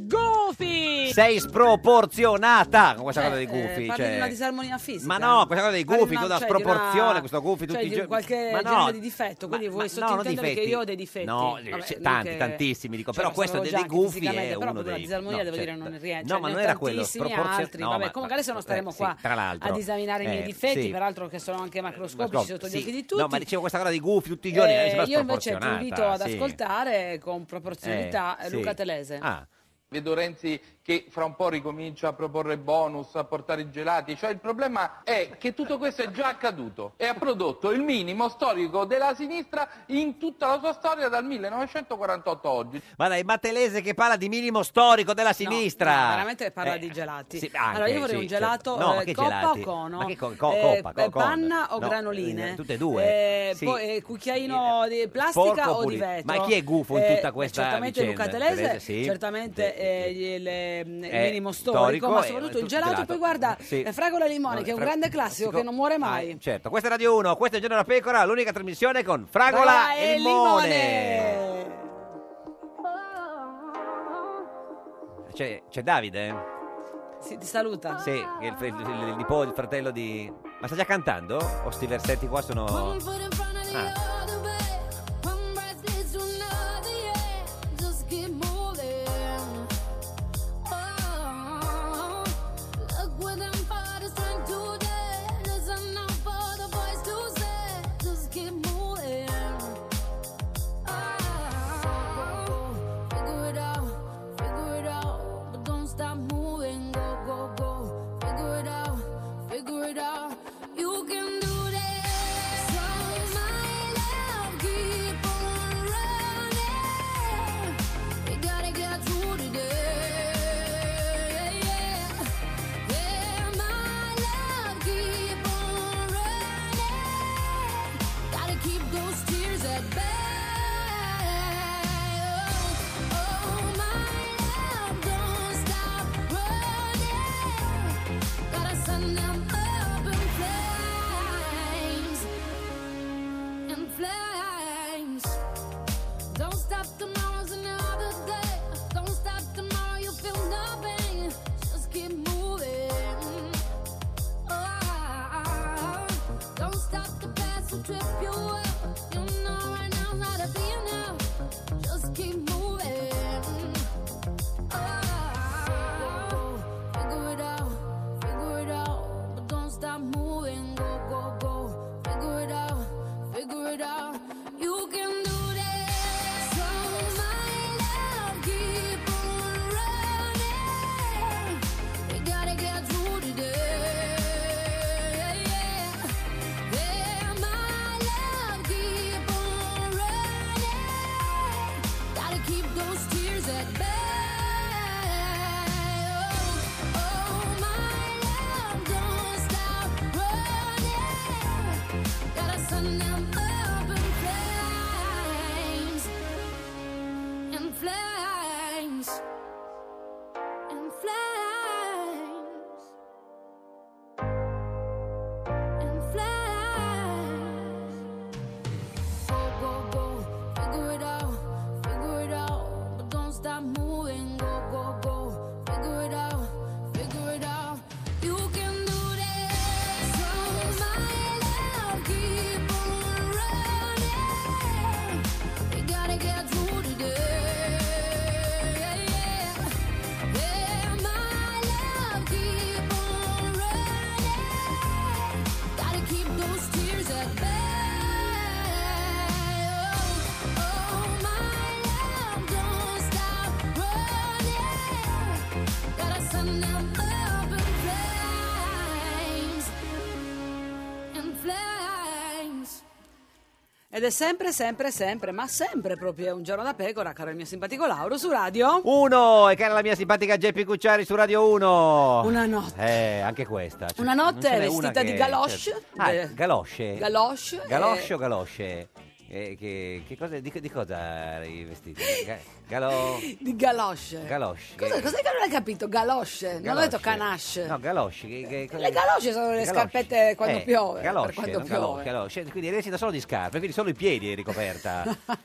Goofy! Sei sproporzionata con questa cosa dei Eh, gufi. parli di una cioè. disarmonia fisica. Ma no, questa cosa dei Parli di gufi, una- tutta cioè, di sproporzione, una- questo gufi tutti cioè, i di giorni. qualche Ma no. genere di difetto, quindi vuoi no, non sottintendere che difetti. io ho dei difetti. No, Vabbè, c'è non tanti, che- tantissimi, dico, cioè, però lo questo sapevo dei già che gufi è fisicamente, però uno proprio dei- la disarmonia no, devo cioè, dire non no, rientra. ma non era quello, Tantissimi proporzio- altri, no, vabbè, ma- comunque adesso non staremo eh, sì, qua tra l'altro. a disaminare i miei Eh, difetti, sì. peraltro che sono anche macroscopici Sì, sotto gli occhi di tutti. No, ma dicevo questa cosa dei gufi tutti i giorni. Eh, mi sembra io invece ti sproporzionata, invito ad sì. ascoltare con proporzionalità Eh, sì. Luca Telese. Ah. Vedo Renzi che fra un po' ricomincia a proporre bonus, a portare i gelati, cioè il problema è che tutto questo è già accaduto e ha prodotto il minimo storico della sinistra in tutta la sua storia dal 1948 a oggi. Ma dai, Mattelese che parla di minimo storico della sinistra. No, veramente parla Eh, di gelati. sì, anche, allora io vorrei sì, un gelato certo. No, ma eh, che coppa gelati? o cono? Ma che co- co- Eh, coppa, co- panna o no, granoline? eh, tutte e due. Eh, Sì. poi, eh, cucchiaino di plastica Porco o di pulito. vetro? Ma chi è gufo in Eh, tutta questa Certamente vicenda? Luca Telese, Telese, sì. certamente eh, gli- le- il Eh, minimo storico, storico, ma eh, soprattutto tutto il gelato. gelato. Poi guarda, Sì. eh, fragola e limone, No, che è un fra- grande classico che non muore mai. Certo, questa è Radio 1, questo è Giorno da Pecora, l'unica trasmissione con fragola Fra- e e limone. C'è, c'è Davide? Sì, ti saluta. Sì, che è il, fr- il, il nipo- il fratello di... Ma sta già cantando? O sti versetti qua sono... Ah, Oh, Oh, Stop moving, go, go, go. Figure it out, figure it out. You can do this. So my love, keep on running. We gotta get through today. Yeah, my love, keep on running. Gotta keep those tears at bay. Oh, oh, my love, don't stop running. Gotta send them up in flames, in flames. Don't stop tomorrow's another day. Don't stop tomorrow, you feel nothing. Just keep moving. Oh, don't stop the past will trip you up. You know right now's not a be enough. Just keep moving. Oh, figure it out, figure it out. But don't stop moving. Go, go, go. Figure it out, figure it out. You can do this. So my love, keep on running. We gotta get through today. Yeah, my love, keep on running. Gotta keep those tears at bay. Oh, oh, my love, don't stop running. Gotta send them up in flames, in flames, in flames, in flames. Go, go, go, figure it out figure it out, but don't stop moving. Go, go, go, figure it out, figure it out. You can do this. So my love, keep on running. We gotta get through today. Yeah, my love, keep on running. Gotta keep those tears at bay. Oh, oh, my love, don't stop running. Gotta send them up in flames, in flames. Ed è sempre, sempre, sempre, ma sempre proprio un giorno da pecora, caro il mio simpatico Lauro, su radio. Uno, e cara la mia simpatica Geppi Cucciari su Radio 1. Una notte. Eh, anche questa. Cioè, Una non notte ce n'è una vestita che- di galosce. certo. Ah, Eh, galosce. Galosce. Galosce eh, o galosce? Eh, che, che cosa, di, di cosa eri vestito? Ga- Galò... Di galosce. Galosce. Cosa, che- cos'è che non hai capito? Galosce, non ho detto Galosce. canasce. No, galosci. Che, che- cosa- Le galosce sono le Galosci. scarpette quando Eh, piove. per Galosce, quando non piove. galosce, galosce. Quindi eri vestita solo di scarpe, quindi solo i piedi eri coperta.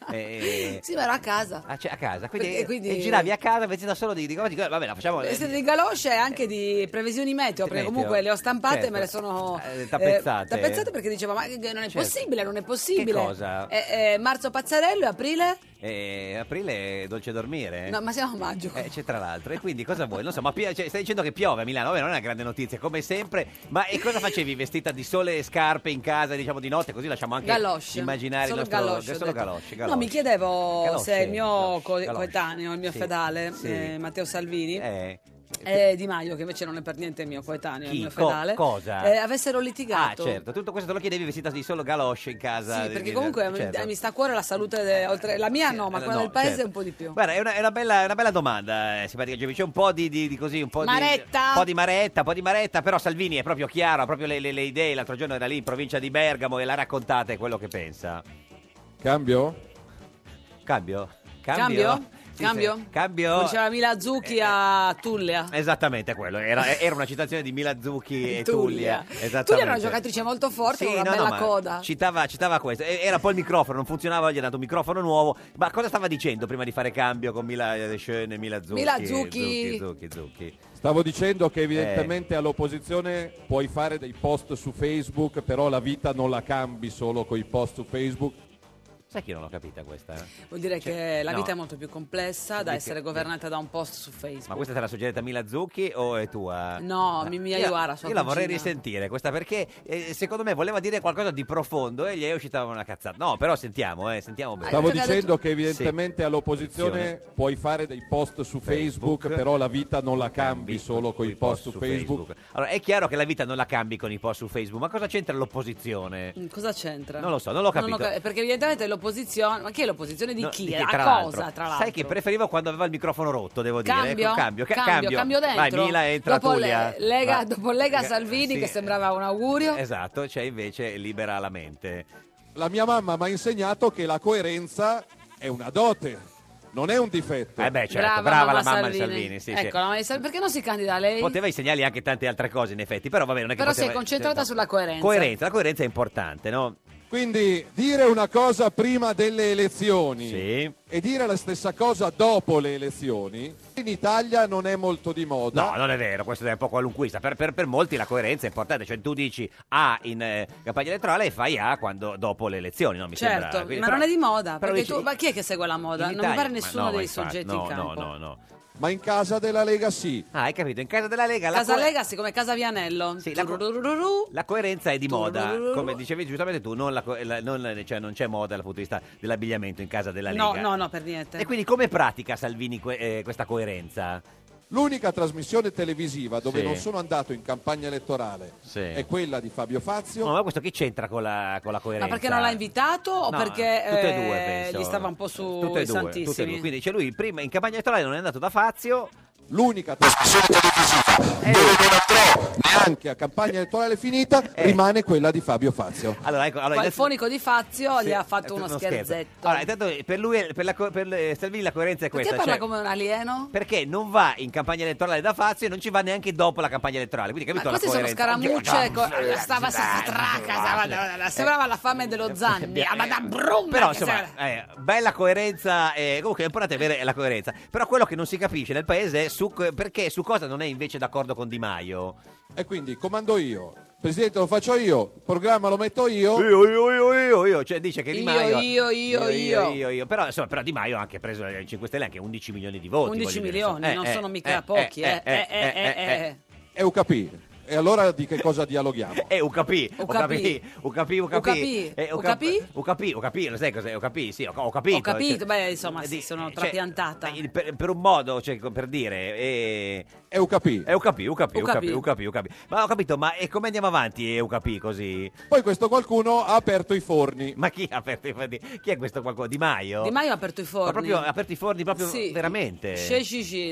Eh, Sì, ma ero a casa. Ah, cioè, a casa, quindi, Perché, quindi- e giravi a casa vestita solo di, di cose, dico, vabbè, la facciamo Siete di galosce e anche di previsioni meteo, perché Eh, meteo, comunque le ho stampate e me le certo. sono Eh, tappezzate. tappezzate perché diceva: Ma che- non è Certo. possibile, non è possibile. cosa? Eh, eh, marzo pazzarello e aprile? eh, aprile è dolce dormire. No, ma siamo a maggio. Eh, c'è tra l'altro, e quindi cosa vuoi? Non so, ma pi- cioè, stai dicendo che piove a Milano, vabbè, non è una grande notizia, come sempre. Ma e cosa facevi vestita di sole e scarpe in casa, diciamo di notte? Così lasciamo anche Galosce. immaginare Solo il nostro galosce, ho solo detto. galosce, No, mi chiedevo Galosce, se il mio galosce, co- galosce. coetaneo, il mio Sì, fedale, sì. eh, Matteo Salvini, Eh, e Di Maio, che invece non è per niente mio coetaneo, il Chi? mio Co- fedale, cosa? eh, avessero ah, litigato. certo, tutto questo te lo chiedevi vestita di solo galosce in casa. Sì, perché di- comunque mi- certo. mi sta a cuore la salute, de- oltre la mia no, ma Eh, quella no, del paese certo. un po' di più. Guarda, è una, è una bella, è una bella domanda, eh, simpatica Giovi. C'è un po' di, di- di così, un po' di. Maretta. Un po' di maretta, un po' di maretta, però Salvini è proprio chiaro, ha proprio le, le- le idee. L'altro giorno era lì in provincia di Bergamo e l'ha raccontata è quello che pensa. Cambio? Cambio? Cambio? Sì, Cambio? sì. Cambio? Come diceva Mila Zucchi a Tullia. Eh, Esattamente quello, era, era una citazione di Milazzucchi e Tullia. Esattamente. Tullia era una giocatrice molto forte, Sì, con una no, no, bella ma coda. Citava, citava questo. E- Era poi il microfono, non funzionava, gli ha dato un microfono nuovo. Ma cosa stava dicendo prima di fare cambio con Mila eh, Schön e Mila Zucchi? Mila Zucchi, Zucchi. Zucchi, Zucchi. Stavo dicendo che Eh. evidentemente all'opposizione puoi fare dei post su Facebook, però la vita non la cambi solo con i post su Facebook. Sai che io non l'ho capita questa? eh? Vuol dire che la no. vita è molto più complessa da Perché- essere governata da un post su Facebook. Ma questa te l'ha suggerita Mila Zucchi o è tua? No, Mimì Io- Aiuara, sua Io la vorrei cugina. risentire questa perché eh, secondo me voleva dire qualcosa di profondo e gli è uscita una cazzata. No, però sentiamo, eh, sentiamo bene. Stavo dicendo che Sì. evidentemente all'opposizione puoi fare dei post su Facebook, Facebook. però la vita non la cambi solo con i post su Facebook. Allora, è chiaro che la vita non la cambi con i post su Facebook, ma cosa c'entra l'opposizione? Mm, Cosa c'entra? Non lo so, non l'ho capito. ca- perché evidentemente l'opposizione... Ma che è l'opposizione di No, chi? di chi, a tra cosa, l'altro? tra l'altro? Sai che preferivo quando aveva il microfono rotto, devo dire. Cambio, Ecco, cambio, ca- cambio, cambio dentro. Vai, Mila, entra dopo, Tullia. le- Lega, Va- dopo Lega Lega- Salvini sì, che sembrava un augurio. Esatto, c'è invece libera la mente. La mia mamma mi ha insegnato che la coerenza è una dote, non è un difetto. Eh beh, certo, brava, la mamma di Salvini, sì, sì. ecco, la mamma di Salvini. Perché non si candida lei? Poteva insegnargli anche tante altre cose, in effetti, però va bene, non è che Però si è poteva- Cioè, concentrata sulla coerenza. Coerenza, la coerenza è importante, no? Quindi dire una cosa prima delle elezioni Sì. e dire la stessa cosa dopo le elezioni in Italia non è molto di moda. No, non è vero, questo è un po' qualunquista. Per, per- per molti la coerenza è importante, cioè tu dici A in eh, campagna elettorale e fai A quando, dopo le elezioni, no? Mi Certo, sembra. Quindi, ma però- non è di moda. però Perché dici- tu, ma chi è che segue la moda? in non mi Italia- pare ma nessuno no, dei infatti, soggetti no, in campo. No, no, no. Ma in casa della Lega sì. Ah, hai capito, in casa della Lega la Casa coe- Lega, siccome Casa Vianello. Sì, la co- Tururururu. La coerenza è di moda, Turururu. come dicevi giustamente tu, non, la co- la- non- cioè, non c'è moda dal punto di vista dell'abbigliamento in casa della Lega. No, no, no, per niente. E quindi come pratica Salvini que- eh, questa coerenza? L'unica trasmissione televisiva dove Sì. non sono andato in campagna elettorale Sì. è quella di Fabio Fazio. No, ma questo che c'entra con la, con la coerenza? Ma perché non l'ha invitato o No, Oh, perché tutte e due, eh, penso. Eh, gli stava un po' su tutte e i due, santissimi? tutte e due. Quindi c'è lui prima in campagna elettorale non è andato da Fazio. L'unica trasmissione televisiva dove non andrò neanche a campagna elettorale finita Eh. rimane quella di Fabio Fazio. Allora, ecco, allora Poi il adesso- fonico di Fazio Sì, gli ha è fatto uno, scherzetto. Scherzo. Allora, intanto per lui per, la co- per, eh, Salvini la coerenza è perché questa. parla cioè, come un alieno? Perché non va in campagna elettorale da Fazio e non ci va neanche dopo la campagna elettorale. Quindi Ma capito queste la sono coerenza. scaramucce, co- stava stava straca, Eh. stava- sembrava la fame dello Zanni, ma da Brun! Però insomma, eh, bella coerenza. eh, comunque è importante avere la coerenza. Però quello che non si capisce nel paese è su, co- perché su cosa non è invece d'accordo con Di Maio. E quindi comando io, presidente lo faccio io, il programma lo metto io. Io, io, io, io, io, cioè dice che Di Io, Maio. io, io, io, io. io, io. Però, insomma, però Di Maio ha anche preso eh, 5 Stelle anche 11 milioni di voti. 11 voglio dire, milioni, insomma. non Eh, sono eh, mica eh, pochi, eh, eh, eh, eh, eh. E ho capito. E allora di che cosa dialoghiamo? Eh, UKP, Ho UKP, capì. UKP, Ho capì. eh, Ho UKP, capì? UKP, UKP, lo sai cos'è? UKP, sì, ho, ho capito. Ho capito, cioè- beh, insomma, sì, di- sono cioè, trapiantata. eh, per, per un modo, cioè, per dire, eh, E ho capito. eh, UKP, UKP, UKP, UKP. UKP, Ma ho capito, ma e come andiamo avanti, eh, UKP, così? Poi questo qualcuno ha aperto i forni. Ma chi ha aperto i forni? Chi è questo qualcuno? Di Maio? Di Maio ha aperto i forni. Ma proprio ha aperto i forni, proprio Sì. veramente? Sì, sì, sì, Sì,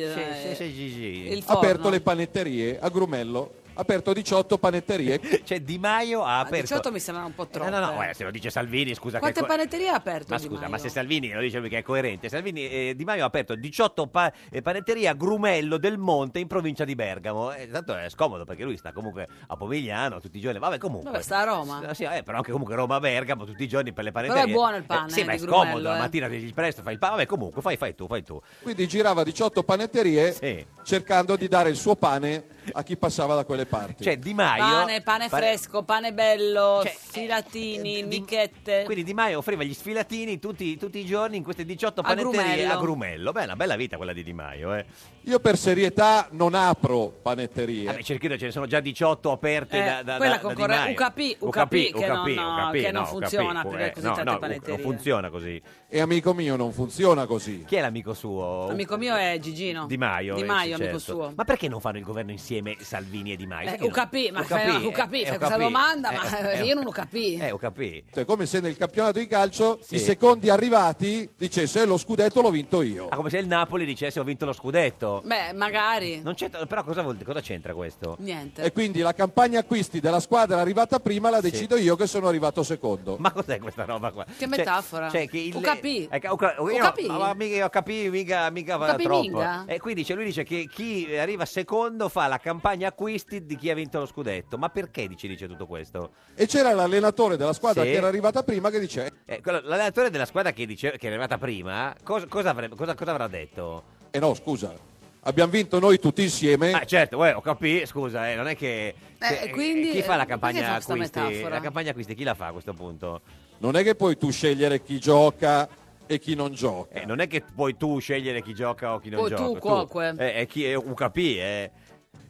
sì, eh, sì, sì, sì. il Ha aperto forno. le panetterie a Grumello, ha aperto 18 panetterie. Cioè Di Maio ha aperto... 18 mi sembrava un po' troppo. No, no, no, eh. eh, se lo dice Salvini, scusa. Quante che è co- panetterie ha aperto? Ma Di scusa, Maio? ma se Salvini lo dice lui che è coerente, Salvini eh, Di Maio ha aperto 18 pa- eh, panetterie a Grumello del Monte in provincia di Bergamo. Eh, tanto è scomodo perché lui sta comunque a Pomigliano tutti i giorni. Vabbè, comunque. Vabbè, sta a Roma. Ah, sì, eh, però anche comunque Roma-Bergamo tutti i giorni per le panetterie. Però è buono il pane, sì, eh, ma è di scomodo. Grumello, La eh. mattina svegli presto, fai il pane. Vabbè, comunque, fai, fai tu, fai tu. Quindi girava 18 panetterie cercando di dare il suo pane a chi passava da quelle parti. Cioè, Di Maio. Pane, pane fresco, pane bello, Cioè, filatini, michette. Quindi Di Maio offriva gli sfilatini tutti, tutti i giorni in queste 18 A panetterie Grumello. a Grumello. Beh, è una bella vita quella di Di Maio, eh. Io per serietà non apro panetterie. Vabbè, cerchino ce ne sono già 18 aperte Eh, da, da, quella da, da Di concorre- Maio. UKP, UKP, che non- no, che non funziona aprire così eh. no, tante no, panetterie. Non funziona così. E amico mio, non funziona così. Chi è l'amico suo? Amico mio è Gigino. Di Maio. Di eh, Maio, sì, amico certo. suo. Ma perché non fanno il governo insieme Salvini e Di Maio? Eh, Perché non- UKP, ma UKP, fai- eh, UKP, fai eh, questa UKP, domanda, eh, ma eh, io non lo capì. Eh, ho capito. Cioè, come se nel campionato di calcio Sì. i secondi arrivati dicesse lo scudetto l'ho vinto io. Ah, come se il Napoli dicesse ho vinto lo scudetto. Beh, magari. Non c'entra, però cosa, vuol- cosa c'entra questo? Niente. E quindi la campagna acquisti della squadra arrivata prima la decido io che sono arrivato secondo. Ma cos'è questa roba qua? Cioè- metafora. Cioè, che il, UKP. Eh, ca- uca- io- UKP. Ma, ma mica, ho capito, mica, mica va UKP troppo. minga? E quindi dice- lui dice che chi arriva secondo fa la campagna acquisti di chi ha vinto lo scudetto. Ma perché dice, dice tutto questo? E c'era l'allenatore della squadra Sì. che era arrivata prima che dice Eh, quello- l'allenatore della squadra che, dice, che è arrivata prima, cos- cosa, avrebbe- cosa- cosa avrà detto? eh no scusa, abbiamo vinto noi tutti insieme. Ah, certo, eh, ho capito, scusa, eh, non è che... Eh, che- quindi, chi fa la eh, perché campagna fa sta acquisti? metafora? La campagna acquisti chi la fa a questo punto? Non è che puoi tu scegliere chi gioca e chi non gioca. Eh, non è che puoi tu scegliere chi gioca o chi non Poi Oh, tu, gioca. cuoque. Eh, eh, chi è un capì, eh.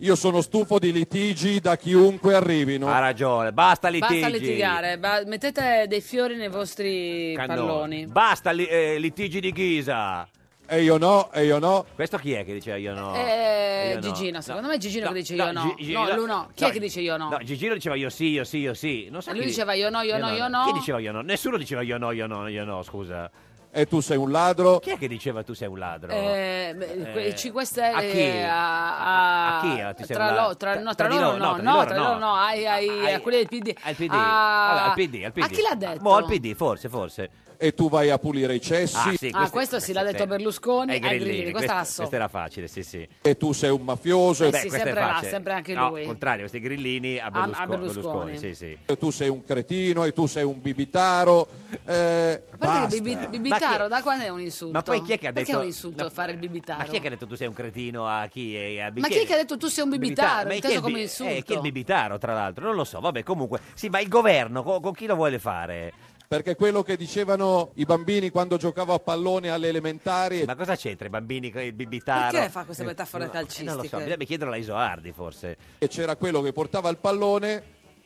Io sono stufo di litigi da chiunque arrivino. Ha ragione, basta litigi. Basta litigare, ba- mettete dei fiori nei vostri Cannone. palloni. Basta li- eh, litigi di Ghisa. E io no, e io no. Questo chi è che dice io no? Eh, Io no. Gigino, secondo me è Gigino No, che dice no, io no. Gi- Gi- no, no, lui no. Chi no, è che dice io no? No, Gigino diceva io sì, io sì, io sì. Non so E chi lui di- diceva io no, io no, io no. Eh, Chi diceva io no? Nessuno diceva io no, io no, io no, scusa. E tu sei un ladro. Chi è che diceva tu sei un ladro? Eh, beh, que- Eh, i 5 Stelle a chi? eh, a, a- A chi? Ah, ti tra, sembra- lo- tra, no, tra tra di loro loro, no, no, tra di no, loro tra di loro no, ai, ai- a quelli del PD. Al PD, Ah, Vabbè, al PD, al PD. A chi l'ha detto? Mo, al PD, forse, forse. E tu vai a pulire i cessi. Ah, sì, ah, questo sì, l'ha detto Berlusconi ai Ai Grillini, Grillini, questa la questa, so. questa era facile, sì, sì. E tu sei un mafioso. Eh E Beh, sì, questa è sempre là, facile. sempre anche No, lui. contrario, questi grillini a a Berlusconi. Berlusconi. Berlusconi, sì, sì. tu sei un cretino, e tu sei un bibitaro. Eh, A parte che basta. bibi- bibitaro, da quando è un insulto? Ma poi chi è che ha Perché detto- è un insulto no, fare il bibitaro? Ma chi è che ha detto tu sei un cretino a chi? eh, a Ma chi è che ha detto tu sei un bibitaro? Ma chi è Inteso il bi- come insulto. Eh, chi è il bibitaro, tra l'altro? Non lo so, vabbè, comunque. Sì, ma il governo co- con chi lo vuole fare? Perché quello che dicevano i bambini quando giocavo a pallone alle elementari. Ma cosa c'entra i bambini con il bibitaro? Perché fa queste metafore Eh, non lo so, calcistiche? bisogna chiederlo a Isoardi, forse. E c'era quello che portava il pallone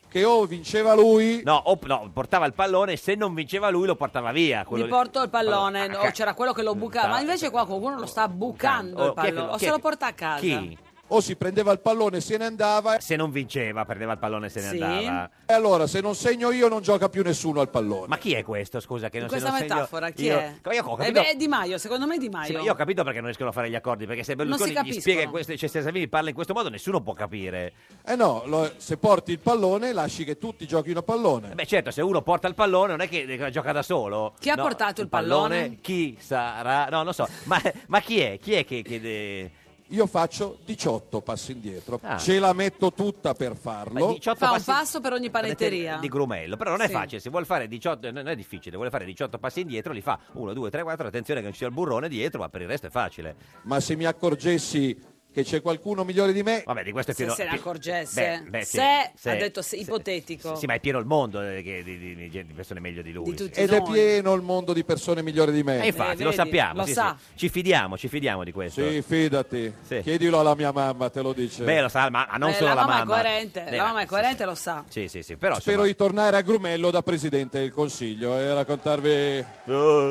che o vinceva lui No, o- no, portava il pallone, se non vinceva lui lo portava via. quello Mi lì. porto il pallone, Allora, no, ah, c'era quello che lo bucava, ma invece qua qualcuno lo sta bucando il Oh, chi è che lo- pallone, o chi è se lo che- porta a casa. Chi? o si prendeva il pallone e se ne andava. Se non vinceva, prendeva il pallone e se ne Sì. andava. E allora se non segno io non gioca più nessuno al pallone. Ma chi è questo, scusa? Che non se Questa non segno- metafora chi io- è? Io ho Eh capito beh, è Di Maio, secondo me è Di Maio. Sì, ma io ho capito perché non riescono a fare gli accordi, perché se si Berlusconi gli capiscono. spiega questo, cioè se Salvini parla in questo modo nessuno può capire. Eh no, lo- se porti il pallone lasci che tutti giochino a pallone. Beh certo, se uno porta il pallone non è che eh, gioca da solo. Chi ha No, portato il pallone? Chi sarà? No, non so. Ma, ma chi è? Chi è che... che de- Io faccio 18 passi indietro. Ah. Ce la metto tutta per ma farlo. 18 Fa un passi- passo per ogni panetteria. Di grumello, però non è Sì. facile, se vuole fare 18, non è difficile, vuole fare 18 passi indietro, li fa 1, 2, 3, 4, attenzione che non ci sia il burrone dietro, ma per il resto è facile. Ma se mi accorgessi che c'è qualcuno migliore di me, Vabbè, di questo è Se Piero- se ne Pi- accorgesse. Beh, beh, sì, se, se- ha detto se- ipotetico. Sì, ma è pieno il mondo eh, che- di, di- di gente- di persone meglio di lui. Di sì. tutti. ed è noi. pieno il mondo di persone migliori di me. Eh, infatti, Eh, lo vedi, sappiamo. lo sì, sa. sì. Ci fidiamo, ci fidiamo di questo. Sì, fidati. Sì. Chiedilo alla mia mamma, te lo dice. Beh, lo sa, ma ma non Eh, solo la la mamma è mamma. coerente, Eh, la mamma è sì, coerente, sì. lo sa. Sì, sì, sì, però Spero di tornare a Grumello da presidente del Consiglio e raccontarvi Eh.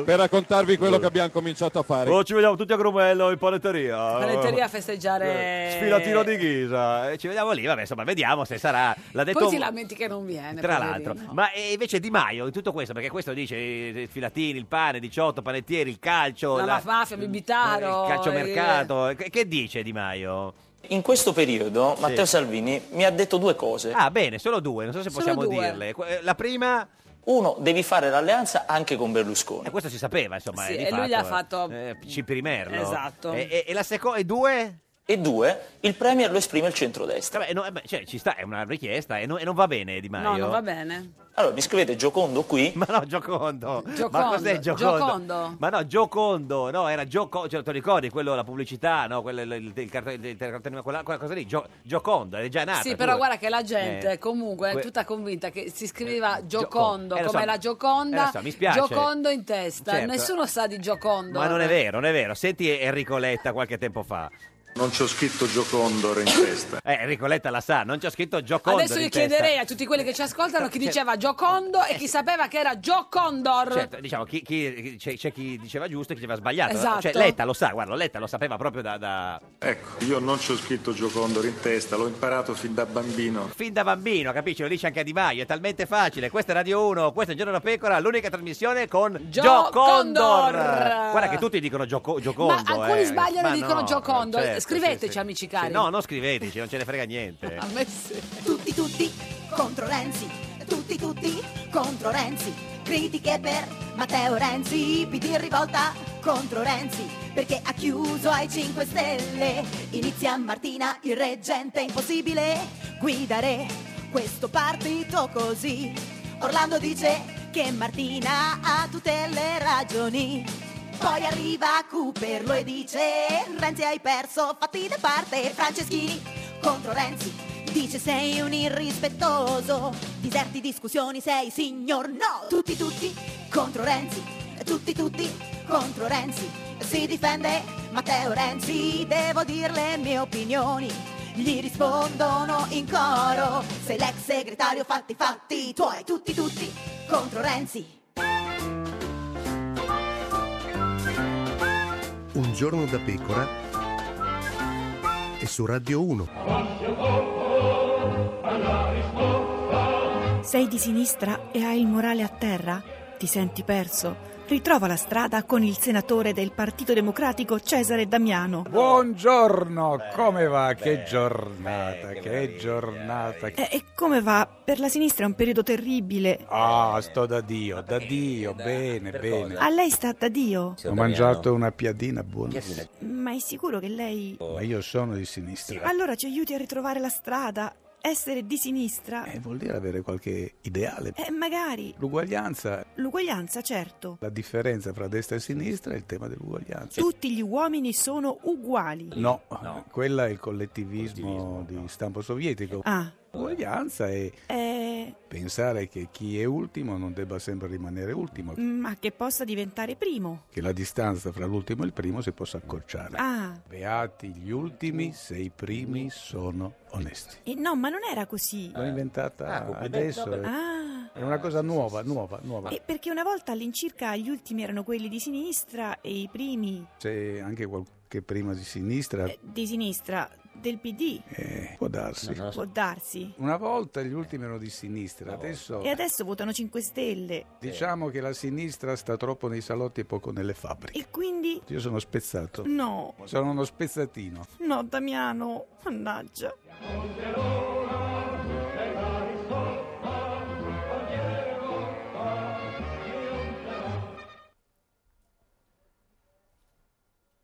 per raccontarvi quello che abbiamo cominciato a fare. Oh, ci vediamo tutti a Grumello in panetteria. Panetteria a festeggiare. mangiare. Sfilatino di Ghisa. Eh, Ci vediamo lì, vabbè, insomma, vediamo se sarà. L'ha detto Poi si lamenti che non viene. tra poverino. l'altro, ma eh, invece Di Maio in tutto questo, perché questo dice eh, filatini, il pane, 18 panettieri, il calcio, La, la- mafia, Bibitaro. il calciomercato calciomercato, Eh, che, che dice Di Maio? In questo periodo Matteo Salvini mi ha detto due cose. Ah, bene, solo due, non so se Solo possiamo due. dirle. Que- eh, La prima, Uno, devi fare l'alleanza anche con Berlusconi. questo si sapeva, insomma, Sì, eh, di e lui gli ha fatto- eh, Cipirimerlo. Esatto. E, e- e la seconda, e due? E due, il Premier lo esprime il centrodestra. Vabbè, no, eh, beh, cioè, ci sta, è una richiesta e, non- e non va bene Di Maio. eh, No, non va bene. Allora, mi scrivete Giocondo qui. Ma no, Giocondo. Giocondo, Ma cos'è Giocondo? Giocondo. Ma no, Giocondo, no, era Giocondo, cioè, te lo ricordi quello, la pubblicità, no, quel, il, il, il cartone- il cartone- quella, quella cosa lì, Gio- Giocondo, è già nata. sì, tu. però guarda che la gente Eh, comunque è que- tutta convinta che si scriva Giocondo, Eh, lo so, come la Gioconda, eh, lo so, mi spiace. Giocondo in testa. Certo. Nessuno sa di Giocondo. Ma non è vero, non è vero. Senti Enrico Letta qualche tempo fa. Non c'ho scritto Giocondor in testa. Eh, Enrico Letta la sa, non c'ho scritto Giocondo Adesso in io testa. chiederei a tutti quelli che ci ascoltano chi Certo. Eh, diceva Giocondo e chi sapeva che era Giocondor. Certo, diciamo, chi, chi- chi- c'è, c'è chi diceva giusto e chi diceva sbagliato. Esatto. Cioè, Letta lo sa, guarda, Letta lo sapeva proprio da... da- Ecco, io non c'ho scritto Giocondor in testa, l'ho imparato fin da bambino. Fin da bambino, capisci? Lo dice anche a Di Maio, è talmente facile. Questa è Radio 1, questo è Il Giorno della Pecora, l'unica trasmissione con Gio Gio Condor. Condor. Guarda che tutti dicono Gio, Co- Gio Ma Condo, alcuni eh. sbagliano e Ma dicono no, Giocondo. certo, Scriveteci, sì, sì. amici cari. Sì, no, non scriveteci, non ce ne frega niente. A me sì. Tutti, tutti contro Renzi. Tutti, tutti contro Renzi. Critiche per Matteo Renzi. PD in rivolta contro Renzi. Perché ha chiuso ai 5 Stelle. Inizia Martina, il reggente. È impossibile guidare questo partito così. Orlando dice che Martina ha tutte le ragioni. Poi arriva Cooperlo e dice Renzi hai perso, fatti da parte Franceschini contro Renzi Dice sei un irrispettoso Diserti discussioni, sei signor no Tutti tutti contro Renzi Tutti tutti contro Renzi Si difende Matteo Renzi Devo dir le mie opinioni gli rispondono in coro Sei l'ex segretario fatti i fatti tuoi Tutti tutti contro Renzi Un giorno da pecora e su Radio 1. Sei di sinistra e hai il morale a terra? Ti senti perso? Ritrova la strada con il senatore del Partito Democratico Cesare Damiano. Buongiorno, come va? Che giornata, che eh. giornata. E, e come va? Per la sinistra è un periodo terribile. Ah, sto da Dio, da Dio, bene, bene. A lei sta da Dio. Ho mangiato una piadina buona. Ma è sicuro che lei... Ma io sono di sinistra. Allora ci aiuti a ritrovare la strada. Essere di sinistra. Eh, Vuol dire avere qualche ideale. Eh, magari. L'uguaglianza, L'uguaglianza, certo. la differenza fra destra e sinistra è il tema dell'uguaglianza. Tutti gli uomini sono uguali. No, quella è il collettivismo di stampo sovietico. Ah. Uguaglianza è Eh, pensare che chi è ultimo non debba sempre rimanere ultimo, ma che possa diventare primo. che la distanza fra l'ultimo e il primo si possa accorciare. Ah. Beati gli ultimi se i primi sono onesti. E no, ma non era così. L'ho inventata Eh, adesso. eh. Ah. È una cosa nuova, nuova, nuova. Eh, perché una volta all'incirca gli ultimi erano quelli di sinistra e i primi eh, C'è anche qualche prima di sinistra, di sinistra del PD, eh, può darsi. può darsi. Una volta gli ultimi erano di sinistra, adesso E adesso votano 5 Stelle. diciamo che la sinistra sta troppo nei salotti e poco nelle fabbriche. E quindi... Io sono spezzato. No, Sono uno spezzatino. no Damiano, mannaggia.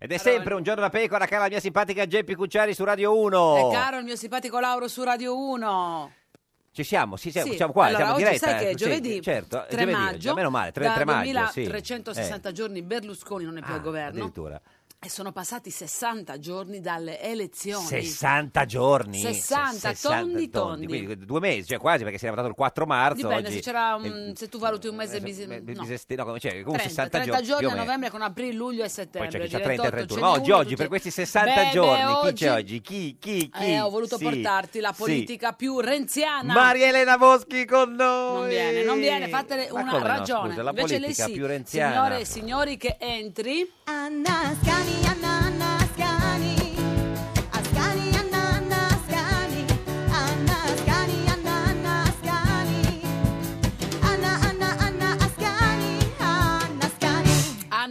Ed è sempre un giorno da pecora, cara la mia simpatica Geppi Cucciari su Radio 1. E Eh, caro il mio simpatico Lauro su Radio 1. Ci siamo, sì, siamo, Sì, siamo qua, allora, siamo in oggi diretta. sai che eh, sì, giovedì certo, 3 giovedì, maggio, meno male, 3, da 3 maggio, sì. 2360 giorni Berlusconi non è più Eh, al governo Addirittura. e sono passati 60 giorni dalle elezioni. 60 giorni. 60, tondi, tondi. Quindi due mesi, cioè quasi, perché si era votato il 4 marzo. Dipende oggi se, c'era è il un- se tu valuti un mese bis- Beh, no. bisest- no, come- cioè, comunque 30, 60 30 giorni giorni più o a meno. novembre con aprile, luglio e Poi c'è settembre. chi c'ha 30 e 28, 31. Ma oggi, oggi, oggi, per questi 60 Beh, giorni, beh, chi c'è oggi- oggi? Chi, chi, chi? Eh, ho voluto Sì, portarti la sì. politica più renziana. Maria Elena Boschi con noi. Non viene, non viene, fatele Ma una come no, ragione. scusa, la Invece lei politica sì. più renziana. Signore e signori che entri. Anna Scani, Anna Scani,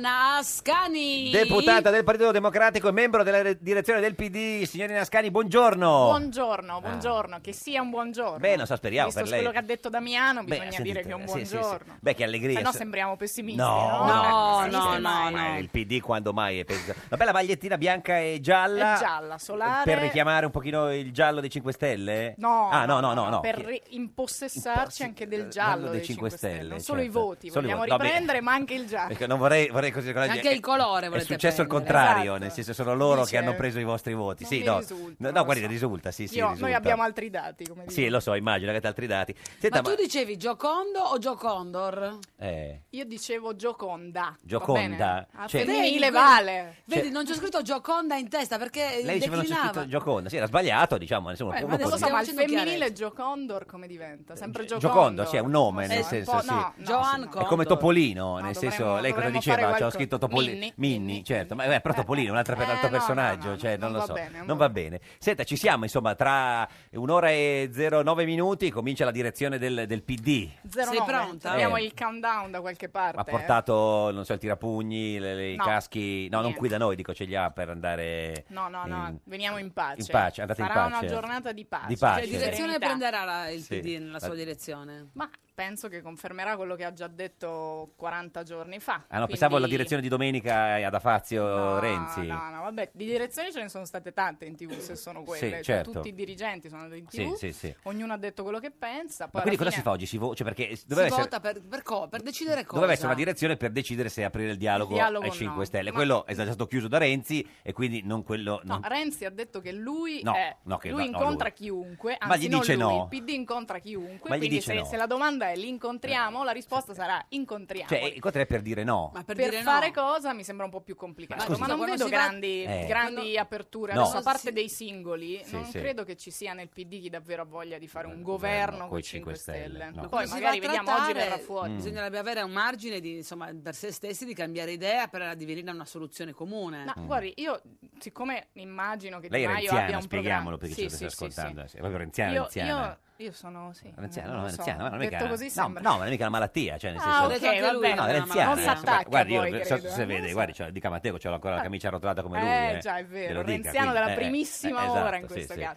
Ascani. Deputata del Partito Democratico e membro della re- direzione del PD, signorina Ascani, buongiorno. Buongiorno, buongiorno, che sia un buongiorno. Ah. Beh, non so, speriamo Visto per lei. quello che ha detto Damiano, Beh, bisogna sentite, dire che è un sì, sì, sì. buongiorno. Beh, che allegria. Cioè, Se no se- sembriamo pessimisti, No, no? no, Eh, no, esiste mai. Ma Il PD quando mai è peggio. La bella magliettina bianca e gialla. È gialla, solare. Per richiamare un pochino il giallo dei 5 Stelle? No, Ah, no, no, no. no. Per Chi- eh, ri- impossessarci anche del giallo dei dei 5 5 Stelle. Stelle, Non solo i certo. voti, Solo i vogliamo voti. eh, Vabbè. riprendere, ma anche il giallo. Perché non vorrei, vorrei così Anche il colore È volete successo il prendere. contrario, Esatto. nel senso sono loro Dice- che hanno preso i vostri voti. Non sì, mi no, risulta, no, no, guardi, risulta, sì, sì, Io- noi risulta. abbiamo altri dati, come dire. Sì, lo so, immagino che altri dati. Senta, Ma tu dicevi Giocondo o Giocondor? eh, Io dicevo Gioconda. Gioconda. A Cioè- femminile Vedi, vale. Vedi, Cioè- non c'è scritto Gioconda in testa perché lei diceva non c'è declinava. scritto Gioconda, sì, era sbagliato, diciamo, insomma, Beh, uno ma può adesso dire- so, ma il Stiamo facendo femminile Giocondor come diventa? Sempre Giocondo. Giocondo, sì, è un nome, Non so, nel è senso, un po'- sì. no, no, Joan sì, no. È come Topolino, nel dovremmo- senso, lei cosa dovremmo diceva? fare C'ho qualcosa- scritto Topolino. Minni, Minni, certo, ma eh, però Topolino, un altro, per- altro personaggio, cioè, non, lo va so, bene, non non va bene. Senta, ci siamo, insomma, tra un'ora e 09 minuti comincia la direzione del, del PD. 09. Sei pronta? Abbiamo Eh. il countdown da qualche parte. Ha portato, non so, il tirapugni, le- le- i No, caschi, no, non niente. qui da noi, dico, ce li ha per andare... eh. No, no, no, in- veniamo in pace. in pace, andate in Sarà pace. una giornata di pace. Di pace. Cioè, direzione serenità. prenderà la- il Sì. Eh. PD nella sua Ma- direzione. Ma penso che confermerà quello che ha già detto 40 giorni fa. Ah no, pensavo alla quindi- Ah, direzione di domenica eh, ad Afazio Renzi. No, no, vabbè, di direzioni ce ne sono state tante in tv, se sono quelle. Cioè, certo. tutti i dirigenti sono andati in Sì, tv, sì, sì. ognuno ha detto quello che pensa. Ma Poi quindi alla cosa si fa oggi? Si vo- cioè, perché s- doveva si essere... vota per, per co- per decidere cosa. Doveva essere una direzione per decidere se aprire il dialogo, Il dialogo ai 5 no. Stelle. Ma- Quello è già stato chiuso da Renzi e quindi non quello... fine- non- No, Renzi ha detto che lui, No, è- no, che lui no, no, incontra lui. chiunque, Ma anzi gli non dice lui, no. il PD incontra chiunque, Ma gli quindi dice se, no. se la domanda è li incontriamo, la risposta sarà incontriamo. Cioè, il contrario è per dire no. per, dire no. fare cosa mi sembra un po' più complicato, Ma ma, scusi, non quando vedo si va- grandi, Eh. grandi aperture. No. Adesso, a Quando parte dei singoli, Sì, non sì. credo che ci sia nel PD chi davvero ha voglia di fare un governo governo coi con 5 Stelle, Stelle. no. Poi Si va a magari vediamo, oggi trattare, verrà Mm. fuori. Bisognerebbe avere un margine di, insomma, per se stessi di cambiare idea per addivenire a una soluzione comune. Mm. Ma guardi, io siccome immagino che Lei è Di Maio abbia renziana, un spieghiamolo programma perché Sì, ce lo sta sì, sì, ascoltando. sì. È proprio renziana, io, renziana. Io, io sono sì. Renziana, non no, lo renziana, ma non è detto mica- così no, sembra. no, ma non è mica una malattia, cioè nel Ah, senso... ok, va bene. No, è Non renziana. si eh, attacca guardi, io poi, so- credo, so- eh, se non vede, so. guardi, c'ho- dica Matteo che c'ho ancora la camicia arrotolata come lui. Eh, già, è glielo vero. dica, Renziano quindi, della eh, primissima eh, ora in esatto, questo sì, sì. caso.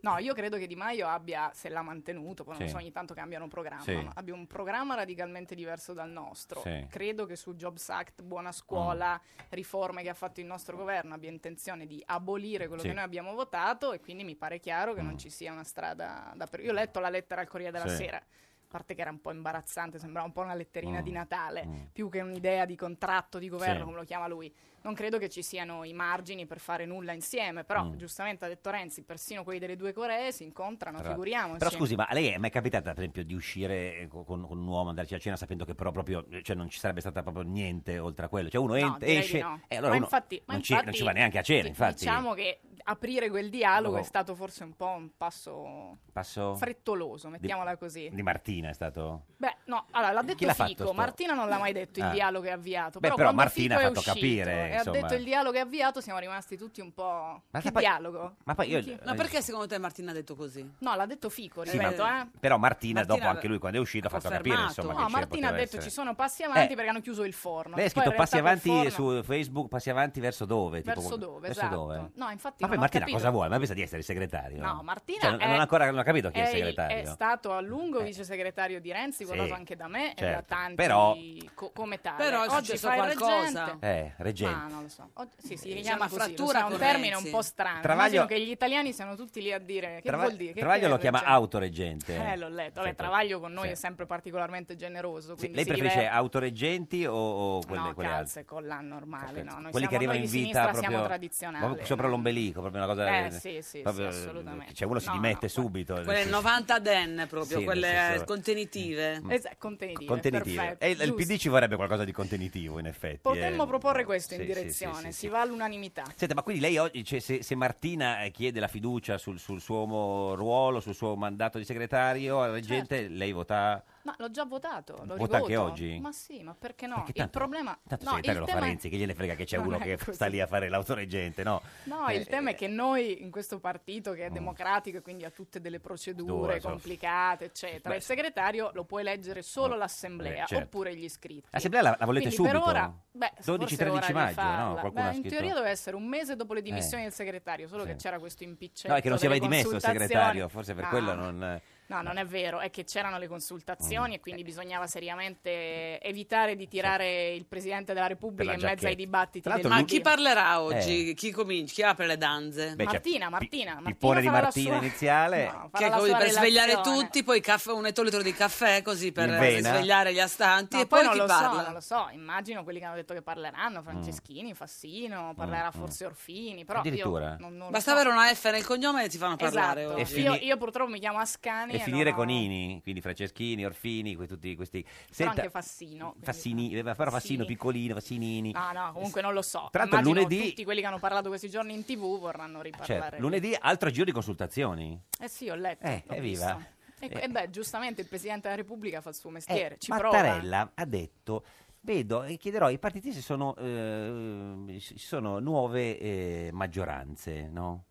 No, io credo che Di Maio abbia, se l'ha mantenuto, poi non Sì. so, ogni tanto cambiano programma, Sì. ma abbia un programma radicalmente diverso dal nostro. Sì. Mm. Credo che su Jobs Act, buona scuola, riforme che ha fatto il nostro governo abbia intenzione di abolire quello Sì. Mm. che noi abbiamo votato e quindi mi pare chiaro che non ci sia una strada da... per- Io ho letto la lettera al Corriere della Sì. Sera. A parte che era un po' imbarazzante, sembrava un po' una letterina Mm. di Natale, Mm. più che un'idea di contratto di governo, Sì. come lo chiama lui. Non credo che ci siano i margini per fare nulla insieme, però Mm. giustamente ha detto Renzi, persino quelli delle due Coree si incontrano, Tra- figuriamoci. Però scusi, ma a lei è mai capitata, per esempio, di uscire eh, con, con un uomo, andarci a cena sapendo che però proprio eh, cioè, non ci sarebbe stata proprio niente oltre a quello? Cioè uno No, ent- direi di esce no. e allora Ma uno infatti- ma non, ci, non infatti ci va neanche a cena, di- infatti. Diciamo che aprire quel dialogo Oh. è stato forse un po' un passo Passo frettoloso, mettiamola oh. di, così. Di Martina è stato... Beh, no, allora l'ha detto l'ha fatto Fico, sto- Martina non l'ha mai detto Ah. il dialogo è avviato, Beh, però, però quando Martina Fico ha è fatto uscito capire, e insomma. ha detto il dialogo è avviato, siamo rimasti tutti un po' Ma che poi- dialogo. ma poi io- Chi- No, perché secondo te Martina ha detto così? No, l'ha detto Fico, Sì, ripeto, ma- eh. Però Martina, dopo Martina anche lui quando è uscito ha fatto capire confermato. insomma No, che c'è, Martina ha poteva detto essere. ci sono passi avanti Eh. perché hanno chiuso il forno. Lei ha Poi in scritto passi realtà quel avanti forno- su Facebook, passi avanti verso dove? Tipo, Verso dove, verso esatto. dove? No, infatti Ma non poi ho Martina capito. cosa vuole? Ma pensa di essere il segretario? No, Martina Cioè, non- è- non, ha ancora, non ho capito chi è il è il- segretario. Eh. È stato a lungo vice segretario di Sì, Renzi, votato anche da me e da certo. tanti Però- co- come tale. Però è Oggi successo fa il qualcosa. reggente. Eh, reggente. Ma non lo so. Eh, diciamo Oggi- sì, si chiama richiama così, lo frattura so, è con un termine Renzi. un po' strano. Travaglio- Immagino che gli italiani siano tutti lì a dire che Trava- vuol dire. Che- Travaglio che è lo chiama reggente? autoreggente. Eh, l'ho letto. Vabbè, Sì, Travaglio con noi sì. è sempre particolarmente generoso. Sì, quindi lei si preferisce diverte. autoreggenti o, o quelle, eh. no, quelle altre? calze con l'anno normale, no. Noi quelli siamo, che arrivano noi in vita di sinistra proprio, siamo proprio tradizionali. sopra l'ombelico, proprio una cosa Eh, sì, sì, sì, proprio- assolutamente. Cioè uno si No, dimette subito. nel Quelle senso- 90 denne proprio, Sì, nel quelle senso- Mm. eh, contenitive. Esatto, contenitive. contenitive. perfetto, E il- il giusto. PD ci vorrebbe qualcosa di contenitivo, in effetti. Potremmo eh. proporre questo in Sì, sì, sì, direzione, sì, si va all'unanimità. Senta, ma quindi lei oggi, cioè, se, se Martina eh, chiede la Certo. fiducia sul, sul suo mo- ruolo, sul suo mandato di segretario, alla gente, lei vota... Ma l'ho già votato, lo Vota rivoto. anche oggi? Ma sì, ma perché no? Perché il tanto- problema... Tanto il no, segretario il lo fa tema... Renzi, che gliene frega che c'è Non uno è che così. sta lì a fare l'autoreggente, no? No, Eh, Mm. il tema è che noi in questo partito che è democratico e quindi ha tutte delle Dura, procedure insomma. complicate, eccetera, Beh, il segretario lo può eleggere solo l'assemblea eh, certo. oppure gli iscritti. L'assemblea la, la volete Quindi subito? per ora, beh, 12-13 forse è ora di maggio, no? farla. Qualcuno Beh, ha in scritto- teoria doveva essere un mese dopo le dimissioni Eh. del segretario, solo Sì. che c'era questo impiccetto. No, è che non si è delle mai dimesso il consultazioni. Ah, segretario, forse per No, quello non... No, non è vero, è che c'erano le Mm. consultazioni e quindi bisognava seriamente evitare di tirare il Presidente della Repubblica in mezzo ai dibattiti. del Ma PD. chi parlerà oggi? Chi comincia? Chi apre le danze? Eh, Beh, c'è Martina, Martina, Martina Pippone di farà la Martina sua- iniziale. Che farà la così sua per svegliare relazione. tutti, poi caffè- un ettolitro di caffè così per In eh, vena? svegliare gli astanti No, e poi, non chi lo so, parla? non lo so, immagino quelli che hanno detto che Mm. parleranno, Franceschini, Fassino, parlerà forse Orfini, però Addirittura. io non, non lo Basta so. avere una F nel cognome e ti fanno parlare Esatto. E oggi. Io, fini- io purtroppo mi chiamo Ascani E finire non ho- con Ini, quindi Franceschini, Orfini, que- tutti questi... però Senta, anche Fassino. quindi- Fassini, eh, però Fassino Sì. piccolino, Fassinini. No, no, comunque non lo so. Tra l'altro Immagino lunedì- tutti quelli che hanno parlato questi giorni in tv vorranno riparlare. Certo, lunedì altro giro di consultazioni. Eh sì, ho letto. Eh, l'ho evviva. visto. E, Eh. e beh, giustamente il Presidente della Repubblica fa il suo mestiere, ci prova. Mattarella ha detto vedo e chiederò ai partiti se sono eh, ci sono nuove eh, maggioranze no?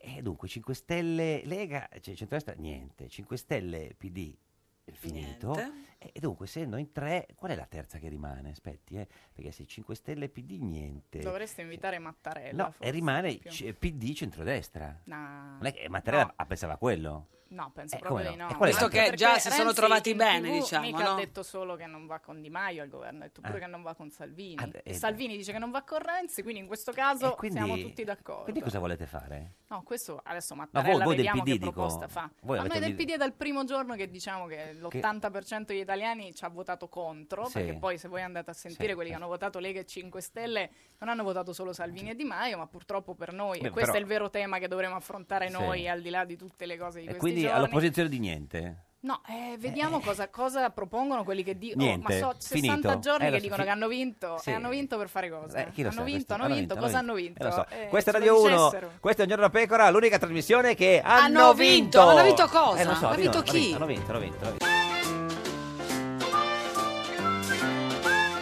E dunque 5 Stelle Lega cioè centrodestra niente 5 Stelle PD è finito Eh, Niente. e dunque essendo in tre qual è la terza che rimane aspetti eh, perché se 5 Stelle PD niente Dovreste invitare Mattarella. no forse, e rimane più. c- PD centrodestra No. non è che Mattarella ah, pensava a quello No, penso Eh, proprio come di no? no. E qual è Visto l'altro? che già si sono trovati in bene, TV diciamo, Mica no? ha detto solo che non va con Di Maio al governo, ha detto pure Ah. che non va con Salvini. Ah, beh, E eh, Salvini dice che non va con Renzi, quindi in questo caso Eh, quindi- siamo tutti d'accordo. quindi cosa volete fare? No, questo adesso Ma Mattarella voi, voi del vediamo PD che dico, proposta fa. voi avete A noi del un'idea? PD è dal primo giorno che diciamo che l'80% degli italiani ci ha votato contro, Sì. perché poi se voi andate a sentire Sì, quelli che eh. hanno votato Lega e 5 Stelle non hanno votato solo Salvini e Di Maio, ma purtroppo per noi, Beh, e questo però- è il vero tema che dovremo affrontare Sì. noi al di là di tutte le cose di e questi quindi giorni. all'opposizione di niente No, eh, vediamo cosa, cosa propongono quelli che dicono. ma Niente, so 60 finito. giorni Eh, lo che so, dicono che fi- hanno vinto. Sì. E hanno vinto per fare cosa? Eh, chi lo hanno sa, vinto, questo- hanno vinto, cosa hanno vinto? Eh, lo so. Eh, Questa è ce lo Radio 1, dicessero. questo è Un Giorno da Pecora, l'unica trasmissione che Hanno hanno, vinto! Ma hanno vinto cosa? Eh, non so, Ha vinto hanno chi? Hanno vinto, hanno vinto, hanno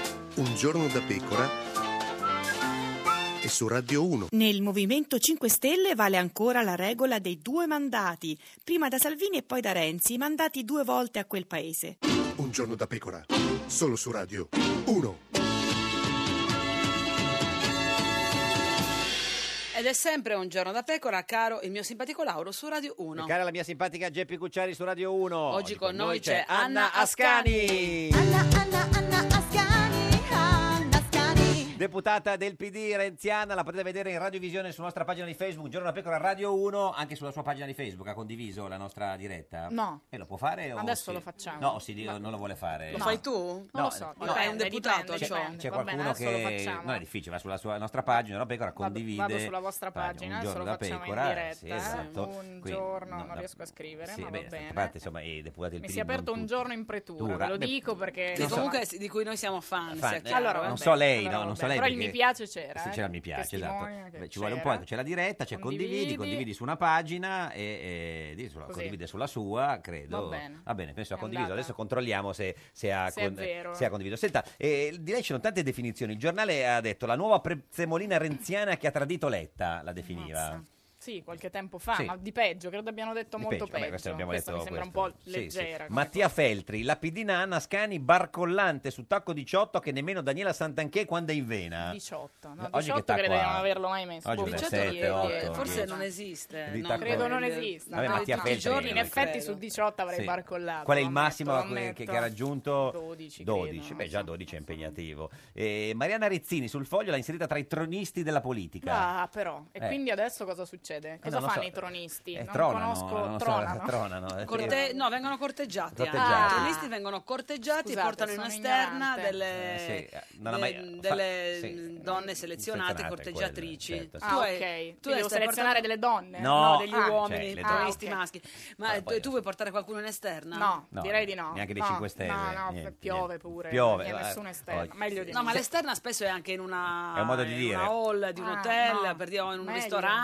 vinto. Un giorno da pecora e su Radio 1. Nel Movimento 5 Stelle vale ancora la regola dei due mandati, prima da Salvini e poi da Renzi, mandati due volte a quel paese. Un giorno da pecora, solo su Radio 1. Esatto. Ed è sempre un giorno da pecora, caro il mio simpatico Lauro su Radio 1. E Cara la mia simpatica Geppi Cucciari su Radio 1. Oggi, con noi c'è Anna Ascani. Deputata del PD Renziana, la potete vedere in radiovisione sulla nostra pagina di Facebook, Un Giorno da Pecora Radio 1, anche sulla sua pagina di Facebook ha condiviso la nostra diretta. No. E lo può fare o Adesso si- lo facciamo. No, o si- o non lo vuole fare. Lo fai tu? Non No, lo so, no, dipende, eh, un deputato C'è, ciò. c'è Va bene, qualcuno adesso lo che facciamo. non è difficile, va sulla sua nostra pagina, no? Pecora condivide. vado sulla vostra pagina, un adesso giorno lo da facciamo in pecora, diretta, sì, eh. esatto. Un Quindi, giorno, no, non da- riesco a scrivere, sì, ma beh, va d'altra bene. parte, insomma, i deputati del Mi PD si è aperto non un tutti. giorno in pretura, Dura. ve lo Beh, dico perché... Che insomma, comunque di cui noi siamo fan, Fan, sia eh, chiaro, allora, eh. non vabbè, so lei, allora no, non vabbè, so lei però il perché- mi piace c'era, Sì, eh, c'era mi piace, esatto. testimonia che Beh, Ci vuole un c'era. po', c'è la diretta, c'è condividi, Condividi. condividi su una pagina e, e di- sulla- Così. condivide sulla sua, credo. Va bene. penso ha È condiviso. andata. Adesso controlliamo se, se ha, Se è vero. se ha condiviso. Senta, eh, di lei ci sono tante definizioni. Il giornale ha detto la nuova prezzemolina renziana che ha tradito Letta, la definiva. Sì, qualche tempo fa, Sì. ma di peggio, credo abbiamo detto Di molto peggio. Vabbè, questo peggio. abbiamo Questa mi detto sembra un po' questo. Sì, leggera. sì. Mattia Feltri, la pidina Anna Scani barcollante su tacco 18 che nemmeno Daniela Santanchè quando è in vena. 18, no, No, oggi che 18 credo tacco di ha? non averlo mai messo. eh, Oggi Boh, un 18 sette, ieri, otto, ieri. Forse dieci. non esiste. Di no? tanto- Credo non esista. Vabbè, no, Mattia tutti i Feltri, giorni, in non effetti, credo. su 18 avrei Sì. barcollato. Qual è il ammetto, massimo che, ammetto. che ha raggiunto? 12, credo, 12. Beh, già 12 è impegnativo. Eh, Mariana Rizzini sul foglio l'ha inserita tra i tronisti della politica. Ah, però. E Eh. quindi adesso cosa succede? Cosa non lo fanno so. i tronisti? Eh, non tronano, conosco, non lo so, tronano. tronano, eh. Corte- no, vengono corteggiati. Corteggiati. anche. Ah. I turisti vengono corteggiati Scusate, e portano in sono esterna ignorante. delle, Eh, sì, non ha de- mai- delle fa- sì. mh, donne selezionate, Selezionate, corteggiatrici. quelle, certo, sì. Ah, Tu ok. hai- Quindi tu hai- devo stai portando- selezionare delle donne? No. degli Ah, uomini, cioè, le donne. turisti maschi. Ma Ah, eh, poi- tu vuoi portare qualcuno in esterna? No, direi di no. Neanche dei No, 5 Stelle, No, no, niente, piove niente. pure. Piove, non c'è va- nessuno esterno. oggi- Meglio di No, ma Se- l'esterna spesso è anche in una, È un modo di in dire. una hall di un Ah, hotel, no. per dire, o in un Meglio. ristorante.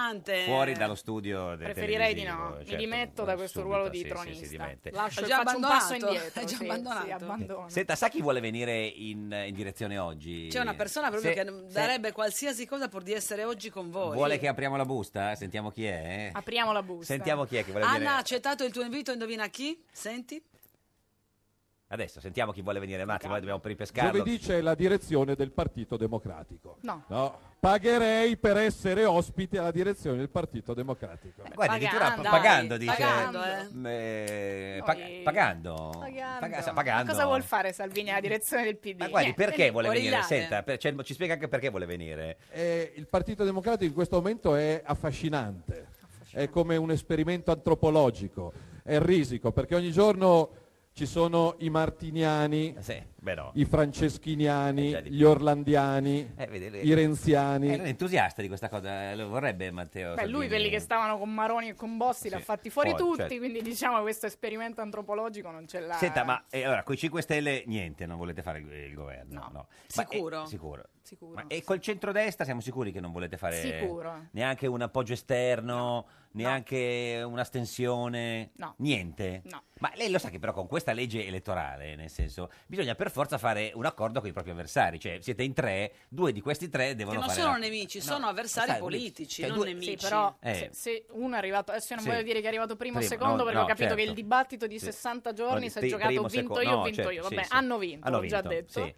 fuori dallo studio del eh, Preferirei di televisivo, no, mi certo, dimetto da questo subito, ruolo di sì, sì, si tronista. dimette. Lascio È e già faccio un abbandato, passo indietro. è già sì, abbandato. sì, abbandono. Senta, sa chi vuole venire in, in direzione oggi? C'è una persona proprio Se- che se- darebbe qualsiasi cosa pur di essere oggi con voi. Vuole che apriamo la busta? Sentiamo chi è. eh? Apriamo la busta. Sentiamo chi è che vuole Anna ha venire. accettato il tuo invito, indovina chi? Senti? Adesso sentiamo chi vuole venire. Ma poi dobbiamo ripescarlo. Giovedì c'è la direzione del Partito Democratico. No. No, pagherei per essere ospite alla direzione del Partito Democratico. Guarda, addirittura Pagando, pa- pagando, dai, dice. pagando, eh, Noi- pag- pagando. Pagando. Paga- sta pagando. Ma cosa vuol fare Salvini alla direzione del PD? Ma guardi, Niente, perché vuole venire? origliare. Senta, per- cioè, ci spiega anche perché vuole venire. Eh, il Partito Democratico in questo momento è affascinante, è come un esperimento antropologico, è risico, perché ogni giorno ci sono i martiniani, beh no. i franceschiniani, gli orlandiani, Eh, vede, lui- i Eh, renziani. Era un entusiasta di questa cosa, lo vorrebbe Matteo. Beh, lui Salvini. quelli che stavano con Maroni e con Bossi l'ha fatti fuori Fuori, tutti, certo. quindi diciamo che questo esperimento antropologico non ce l'ha. Senta, ma eh, allora con i 5 Stelle niente, non volete fare il, il governo? No. Ma, eh, Sicuro. sicuro. Sicuro. Ma, e col centrodestra siamo sicuri che non volete fare Sicuro. neanche un appoggio esterno, neanche un'astensione? No. Niente? No. Ma lei lo sa che però con questa legge elettorale, nel senso, bisogna per forza fare un accordo con i propri avversari, cioè siete in tre, due di questi tre devono Che non fare... sono la- nemici, No, sono avversari sai, politici, cioè, non due- nemici. Sì, però Eh. se, se uno è arrivato, adesso io non Sì. voglio dire che è arrivato primo o Primo, secondo, no, perché ho no, capito che certo. il dibattito di Sì. 60 giorni si è Pri- giocato primo, vinto secondo- io, no, vinto certo, io. sì, Vabbè, sì. hanno vinto, Hanno l'ho già vinto, detto. sì.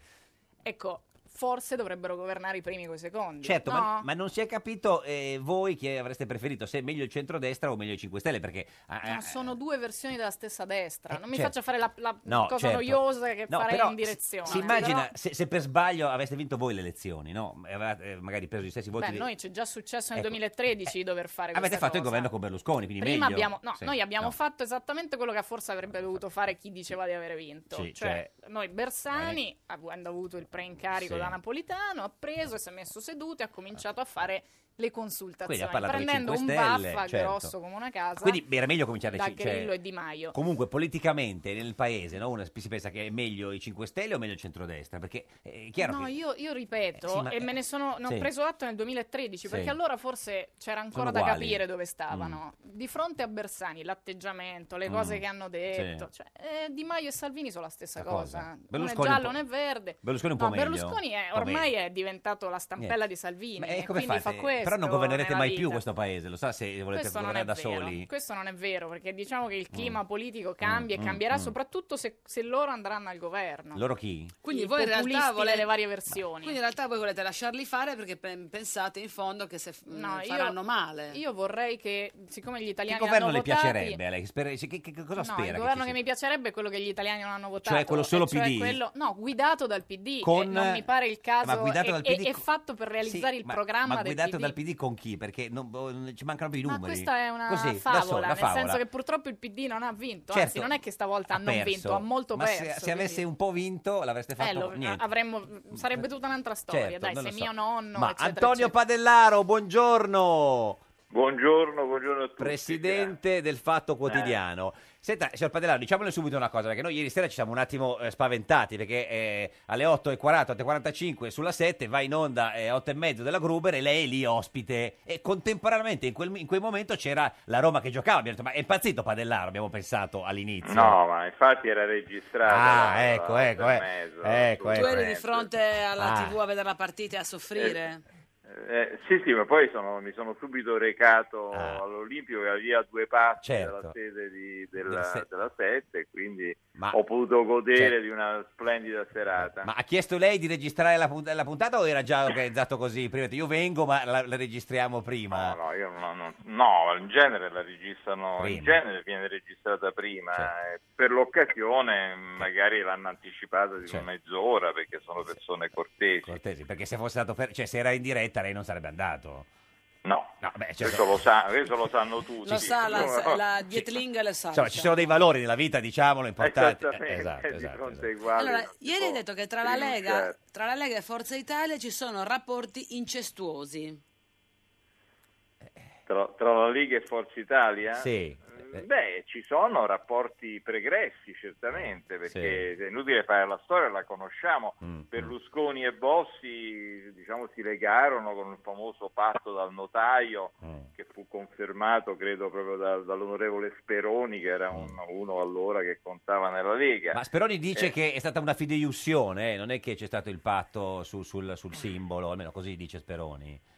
Ecco, forse dovrebbero governare i primi con i secondi. Certo, no? ma, ma non si è capito eh, voi chi avreste preferito, se meglio il centrodestra o meglio i 5 Stelle, perché... ah, ah, No, sono due versioni della stessa destra. Non mi certo. faccia fare la, la No, cosa certo. noiosa che No, farei però in si- direzione. Si immagina Però- se, se per sbaglio aveste vinto voi le elezioni, no? E Avevate eh, magari preso gli stessi voti. Beh, di- noi c'è già successo nel Ecco. Eh, 2013 di dover fare Avete questa fatto il cosa. governo con Berlusconi, quindi Prima meglio. abbiamo, no, Sì, noi abbiamo no. fatto esattamente quello che forse avrebbe dovuto fare chi diceva di aver vinto. Sì, cioè, cioè- eh. noi Bersani, avendo avuto il preincarico Sì. da Napolitano, ha preso e si è messo seduto e ha cominciato a fare le consultazioni, Quindi ha parlato dei prendendo un 5 Stelle, baffa certo. grosso come una casa Quindi era meglio cominciare da ci- cioè, Grillo e Di Maio. Comunque, politicamente nel paese, no? uno si pensa che è meglio i 5 Stelle o meglio il centrodestra, perché eh, è chiaro No, che io, io ripeto, Eh, sì, ma- e me ne sono ne ho sì. preso atto nel 2013, perché Sì. allora forse c'era ancora Sono da uguali. Mm. capire dove stavano. Di fronte a Bersani, l'atteggiamento, le cose Mm. che hanno detto, Sì. cioè, eh, Di Maio e Salvini sono la stessa La cosa. cosa. Uno è Berlusconi un giallo, po'- uno è verde. Berlusconi un No, po' meglio. Berlusconi è- Un po' ormai meglio. è diventato la stampella Niente. di Salvini, Ma, eh, e come quindi fate? fa questo. Però non governerete nella mai vita. più questo paese, lo sa se volete Questo non governare è da vero. soli. Questo non è vero, perché diciamo che il clima politico cambia mm, e cambierà, mm. soprattutto se, se loro andranno al governo. Loro chi? Quindi I voi in realtà populisti volete delle varie versioni. Quindi in realtà voi volete lasciarli fare perché pe- pensate in fondo che se f- No, io- faranno male. Io vorrei che, siccome gli Che italiani governo hanno le votato, piacerebbe? a lei? Spera- che- che- che cosa No, spera? il che governo ci che, sia? mi piacerebbe è quello che gli italiani non hanno votato. quello solo e cioè PD? quello- no, guidato dal PD. Con- e non mi pare il caso. Ma guidato e, dal e- PD e fatto per realizzare Sì, il ma- programma ma del guidato PD. dal PD con chi? Perché non- boh, non- ci mancano più i Ma numeri. questa è una Così, da favola, solo, una nel favola. senso che purtroppo il PD non ha vinto. Anzi, Certo, non è che stavolta Ha non perso. vinto, ha molto ma perso. Se, se quindi- avesse un po' vinto, l'avreste fatto Eh, lo- niente. avremmo- sarebbe tutta un'altra storia. Certo, Dai, non se lo so. mio nonno. Ma eccetera, Antonio eccetera. Padellaro, buongiorno. Buongiorno, buongiorno a tutti. Eh. Presidente del Fatto Quotidiano. Senta, signor Padellaro, diciamole subito una cosa, perché noi ieri sera ci siamo un attimo eh, spaventati, perché eh, alle 8.40, 8.45 sulla 7 va in onda eh, 8.30 della Gruber e lei è lì ospite. E contemporaneamente in quel, in quel momento c'era la Roma che giocava. Abbiamo detto, ma è impazzito Padellaro, abbiamo pensato all'inizio. No, ma infatti era registrata. Ah, la- ecco, la- ecco, del eh. mezzo, Ecco, tu ecco. eri di fronte alla Ah. TV a vedere la partita e a soffrire. Eh, sì, sì, ma poi sono- mi sono subito recato all'Olimpico che era lì a due passi Ah. Certo. dalla sede di- della, Del se- della sette, quindi Ma- ho potuto godere Certo. di una splendida serata. Ma ha chiesto lei di registrare la, punt- la puntata o era già organizzato così? Prima ha detto, io vengo, ma la, la registriamo prima. No, io non- non- no, in genere la registrano, in Prima. Certo. genere viene registrata prima, eh, per l'occasione magari l'hanno anticipata di Certo. mezz'ora perché sono persone cortesi. Cortesi, perché se fosse stato per- cioè se era in diretta lei non sarebbe andato. No, beh, certo. questo, lo sa- questo lo sanno tutti. Lo sa la, Insomma, la Dietling e la sa. Insomma, ci sono dei valori nella vita, diciamolo, importanti. Ah, esatto. Esattamente, Eh, esatto, di esatto. fronte ai quali- Allora, ieri hai detto che tra la, rinunciare. Lega, tra la Lega e Forza Italia ci sono rapporti incestuosi. tra, tra la Liga e Forza Italia? mm, Sì. Beh, ci sono rapporti pregressi Mm, certamente, perché è inutile fare la storia, la conosciamo. Berlusconi e Bossi diciamo, si legarono con il famoso patto dal notaio Mm. che fu confermato credo proprio da- dall'onorevole Speroni che era un- uno allora che contava nella Lega. Mm. Ma Speroni dice Eh, che è stata una fideiussione, eh, non è che c'è stato il patto su- sul, sul simbolo, almeno così dice Speroni.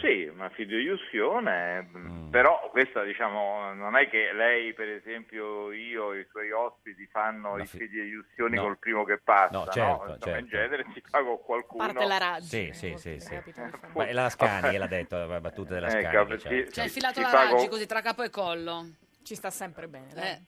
Sì, una fideiussione, Mm. però questa diciamo non è che lei per esempio io e i suoi ospiti fanno Una i fi- fideiussioni no. col primo che passa, No, no? certo, Insomma, certo. in genere si fa con qualcuno. Parte la razza. Sì, sì, sì, sì. capito? Ma è la Scani che l'ha detto, la battuta della Eh, Scani. capi- certo. Cioè, infilato si la fa Raggi con- così tra capo e collo. Ci sta sempre bene.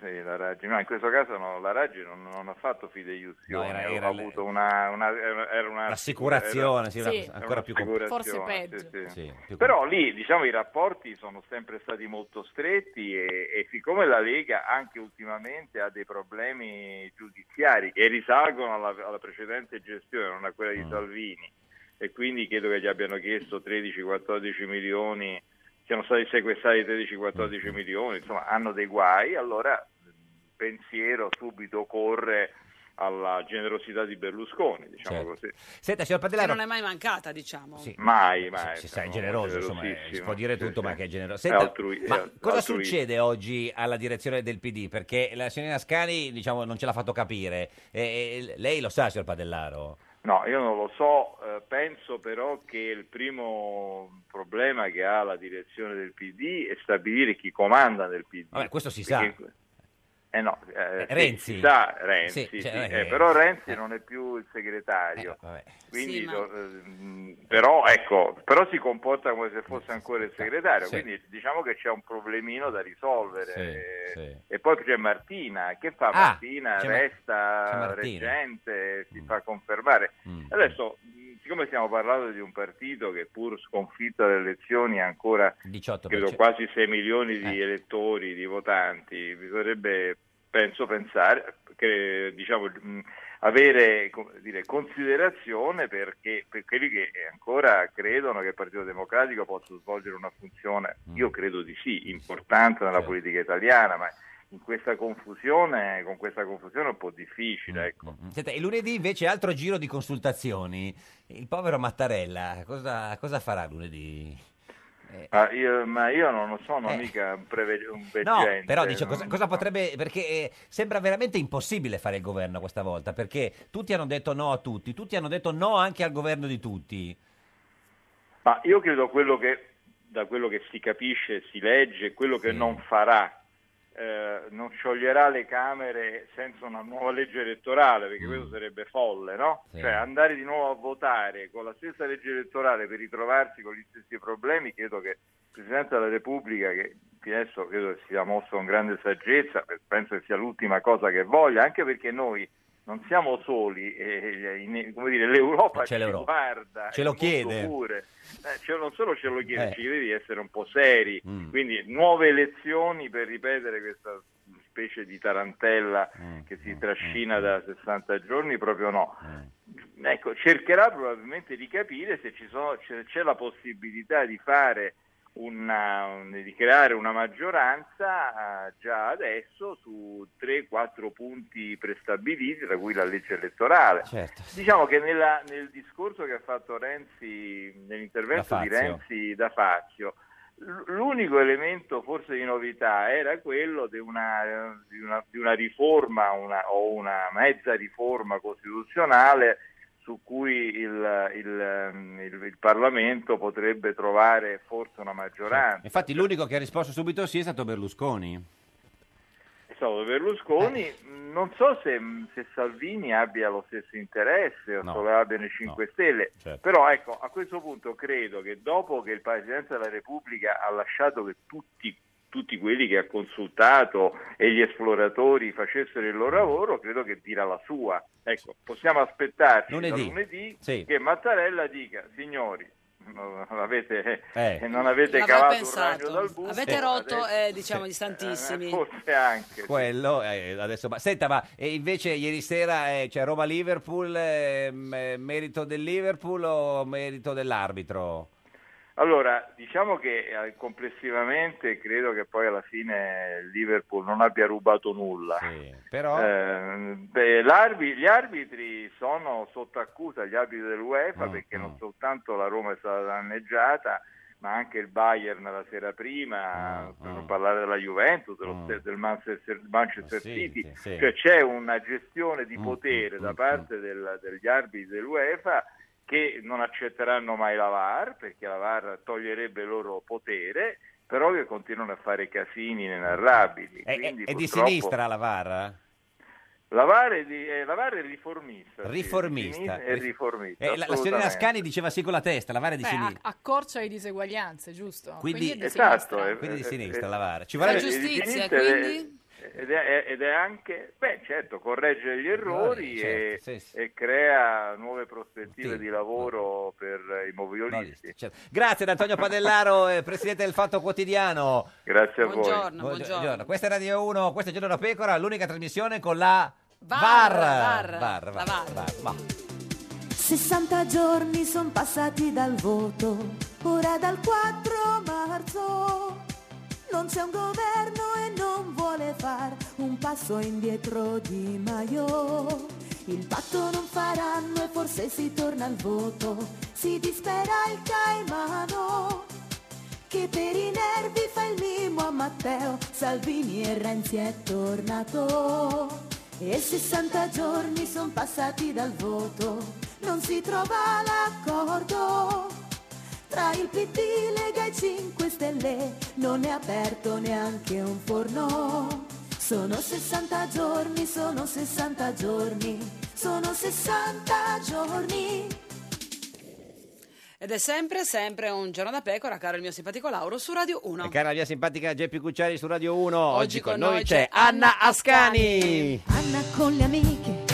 Sì, la Raggi, no, in questo caso no, la Raggi non, non ha fatto fideiussione, No, era- aveva era le- avuto una, una- era- era una- L'assicurazione, sì, era- era ancora più compl- un'assicurazione, Forse peggio. sì, sì. Sì, più Però lì diciamo i rapporti sono sempre stati molto stretti e, e siccome la Lega anche ultimamente ha dei problemi giudiziari che risalgono alla, alla precedente gestione, non a quella Mm. di Salvini, e quindi credo che gli abbiano chiesto 13-14 milioni, siano stati sequestrati Mm. 13-14 milioni, insomma hanno dei guai, allora il pensiero subito corre alla generosità di Berlusconi, diciamo Certo. così. Senta, signor Che Padellaro, non è mai mancata, diciamo. Sì. Mai, mai. si sa, è siamo generoso, insomma, eh, generosissimi. si può dire tutto, ma che è generoso. È Senta, Eh, altrui- ma è cosa altruista. succede oggi alla direzione del PD? Perché la signorina Scani, diciamo, non ce l'ha fatto capire. E- e lei lo sa, signor Padellaro? No, io non lo so, eh, penso però che il primo problema che ha la direzione del PD è stabilire chi comanda nel PD. Vabbè, questo si sa. Perché- Eh no, eh, Eh, sì, Renzi. si sa Renzi, Sì, sì, cioè, non è eh, che- però Renzi eh. non è più il segretario. Quindi Sì, ma- do- eh, mh, però, ecco, però si comporta come se fosse ancora il segretario, Sì. quindi diciamo che c'è un problemino da risolvere. Sì, Eh, sì. E poi c'è Martina, che fa Ah, Martina? c'è Mar- c'è Resta Martina. Mm. reggente, si fa confermare. Adesso, mh, siccome stiamo parlando di un partito che pur sconfitto alle elezioni ha Certo, ancora 18 credo, quasi 6 milioni Eh. di elettori, di votanti, bisognerebbe, penso, pensare, che, diciamo, mh, avere come dire, considerazione perché, per quelli che ancora credono che il Partito Democratico possa svolgere una funzione, Mm. io credo di sì, importante nella politica italiana, ma in questa confusione, con questa confusione è un po' difficile. Ecco. Senta, e lunedì invece altro giro di consultazioni. Il povero Mattarella, cosa, cosa farà lunedì? Eh. Ah, io- ma io non sono mica un, preve- un No, veggente, però dice cosa, non- cosa potrebbe. Perché eh, sembra veramente impossibile fare il governo questa volta. Perché tutti hanno detto no a tutti, tutti hanno detto no anche al governo di tutti. Ma io credo quello che da quello che si capisce, si legge, quello che non farà, eh, non scioglierà le Camere senza una nuova legge elettorale, Mm. perché questo sarebbe folle, no? Sì. Cioè andare di nuovo a votare con la stessa legge elettorale per ritrovarsi con gli stessi problemi, credo che il Presidente della Repubblica, che fino adesso credo che sia mosso con grande saggezza, penso che sia l'ultima cosa che voglia, anche perché noi non siamo soli, eh, in- come dire, l'Europa C'è ci l'Europa. guarda, Ce lo e molto chiede. pure. Eh, cioè, non solo ce lo chiede, Eh. ci chiede di essere un po' seri, Mm. quindi nuove elezioni per ripetere questa specie di tarantella Mm. che si trascina da 60 giorni, proprio no. Ecco, cercherà probabilmente di capire se ci sono, c'è, c'è la possibilità di fare una, un- di creare una maggioranza eh, già adesso su 3-4 punti prestabiliti, tra cui la legge elettorale. Certo. Diciamo che nella- nel discorso che ha fatto Renzi, nell'intervento Da di Fazio. Renzi da Fazio, l- l'unico elemento forse di novità era quello di una, di una- di una riforma una- o una mezza riforma costituzionale su cui il, il, ehm, il- il Parlamento potrebbe trovare forse una maggioranza. Infatti, l'unico che ha risposto subito sì è stato Berlusconi. È stato Berlusconi, mh, non so se, se Salvini abbia lo stesso interesse o No. se lo abbiano i 5 Stelle, Certo. però ecco, a questo punto credo che dopo che il Presidente della Repubblica ha lasciato che tutti, tutti quelli che ha consultato e gli esploratori facessero il loro lavoro, credo che dirà la sua. Ecco, possiamo aspettarci da Lunedì. lunedì Sì. che Mattarella dica, signori, non avete, Eh. non avete L'avrà cavato pensato. un ragno dal buco. Avete rotto, adesso- eh, eh, diciamo, gli stantissimi. Forse anche. Quello, eh, adesso, ma senta, ma eh, invece ieri sera eh, c'è ehm, Roma-Liverpool, eh, m- eh, merito del Liverpool o merito dell'arbitro? Allora, diciamo che eh, complessivamente credo che poi alla fine il Liverpool non abbia rubato nulla. però- Eh, beh, l'arbi- gli arbitri sono sotto accusa, gli arbitri dell'UEFA, Mm, perché non soltanto la Roma è stata danneggiata, ma anche il Bayern la sera prima, Mm, per non parlare della Juventus, dello Ster- del Manchester, Manchester City, sì, sì. cioè c'è una gestione Mm, di potere da parte del- degli arbitri dell'UEFA che non accetteranno mai la VAR perché la VAR toglierebbe loro potere, però che continuano a fare casini inarrabili. È, è- Quindi, è di purtroppo, sinistra la VAR? La VAR è, di- eh, la VAR è riformista. sì, di Riformista. sinistra è riformista. Eh, la, la signorina assolutamente. Scani diceva sì con la testa, la VAR è di Beh, ah, sinistra. acc- accorcia le diseguaglianze, giusto? Quindi, è di Esatto, sinistra. quindi di eh, sinistra eh, la VAR. Ci eh, vorrebbe... di sinistra ed è- Ed è, ed è anche, beh certo, corregge gli Errori, errori certo, e, sì, sì. e crea nuove prospettive Sì, certo. di lavoro per eh, i moviolisti. Grazie ad Antonio Padellaro, eh, presidente del Fatto Quotidiano. Grazie a voi. Buongiorno, buongiorno. Questa è Radio 1, questo è Giorno da Pecora, l'unica trasmissione con la VAR, VAR. VAR, VAR, la VAR, VAR. Ma 60 giorni sono passati dal voto, ora dal 4 marzo. Non c'è un governo e non vuole far un passo indietro di Maio. Il patto non faranno e forse si torna al voto, si dispera il Caimano. Che per i nervi fa il mimo a Matteo, Salvini e Renzi è tornato. E 60 giorni sono passati dal voto, non si trova l'accordo. Tra il PD, Lega e 5 Stelle non è aperto neanche un forno. Sono 60 giorni, sono 60 giorni, sono 60 giorni. Ed è sempre, sempre un giorno da pecora, caro il mio simpatico Lauro, su Radio 1. E cara la mia simpatica Geppi Cucciari su Radio 1. Oggi, con con noi, noi c'è c'è Anna Anna Ascani, Anna con le amiche,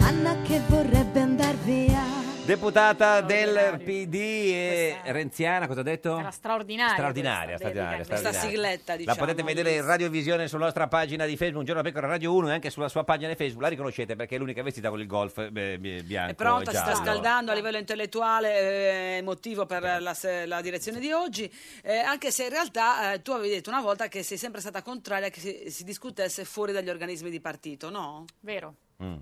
Anna che vorrebbe andar via. deputata del PD e renziana, cosa ha detto? Era straordinaria straordinaria, questa, straordinaria, dedica- straordinaria. questa sigletta, diciamo, La potete vedere in radiovisione sulla nostra pagina di Facebook, un giorno da pecora Radio 1 e anche sulla sua pagina di Facebook, la riconoscete perché è l'unica vestita con il golf eh, bi- bianco È pronta, e si sta giallo. scaldando a livello intellettuale eh, emotivo per la, se- la direzione di oggi, eh, anche se in realtà eh, tu avevi detto una volta che sei sempre stata contraria che si, si discutesse fuori dagli organismi di partito, no? Vero, Mm.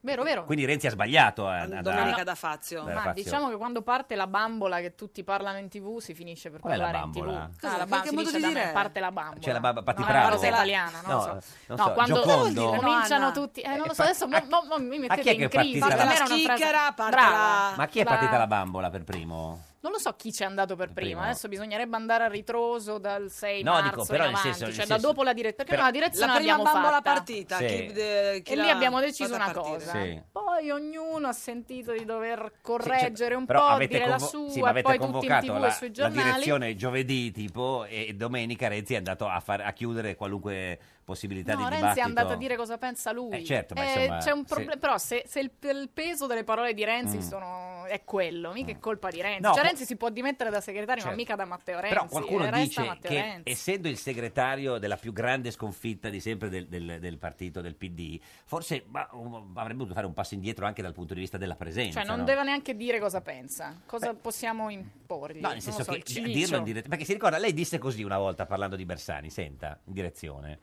vero, vero. Quindi Renzi ha sbagliato eh, a, a- Domenica a- da Fazio. dalla Ma Fazio. diciamo che quando parte la bambola che tutti parlano in tv si finisce per Qual è la parlare in tv. bambola? Ah, Cosa? la bambola Che si modo dice di da me, dire è? parte la bambola. C'è la babba Patti No, è una Pravo. cosa italiana, non no, so. non No, so, quando Giocondo. cominciano Anna? tutti, eh, non lo so, adesso mo- mo- mo mi chi mettete è che è in crisi. partita per la- me era una frase- Schicchera, parte Brava. la- Ma chi è La- partita la bambola per primo? Non lo so chi c'è andato per prima, primo. adesso bisognerebbe andare a ritroso dal 6 No, marzo dico, però nel in avanti, senso- nel cioè senso- da dopo la direzione, perché però- no, la direzione La prima l'abbiamo bambola fatta. partita, Sì. chi- eh, chi e lì l'ha abbiamo deciso fatta una partire? cosa. Sì. Poi ognuno ha sentito di dover Sì, certo. correggere un Però po', avete dire la convo- sua, sì, ma e avete poi tutti in convocato tv la, e sui la giornali. direzione giovedì tipo e domenica Renzi è andato a, far- a chiudere qualunque possibilità No, di Renzi dibattito. è andato a dire cosa pensa lui. Eh, certo, ma Eh, insomma, c'è un se- problema. Però, se, se il, il peso delle parole di Renzi Mm. sono- è quello, mica è colpa di Renzi. No, cioè, qu- Renzi si può dimettere da segretario, Certo. ma mica da Matteo Renzi. Però qualcuno eh, resta dice Matteo che Renzi. essendo il segretario della più grande sconfitta di sempre del, del- del partito del PD, forse ma, um, avrebbe dovuto fare un passo indietro anche dal punto di vista della presenza. Cioè, non no? Eh. deve neanche dire cosa pensa. Cosa possiamo imporgli? No, nel Non senso lo so, che il di- cilicio. dirlo in diretta. Perché si ricorda, lei disse così una volta parlando di Bersani, senta, in direzione.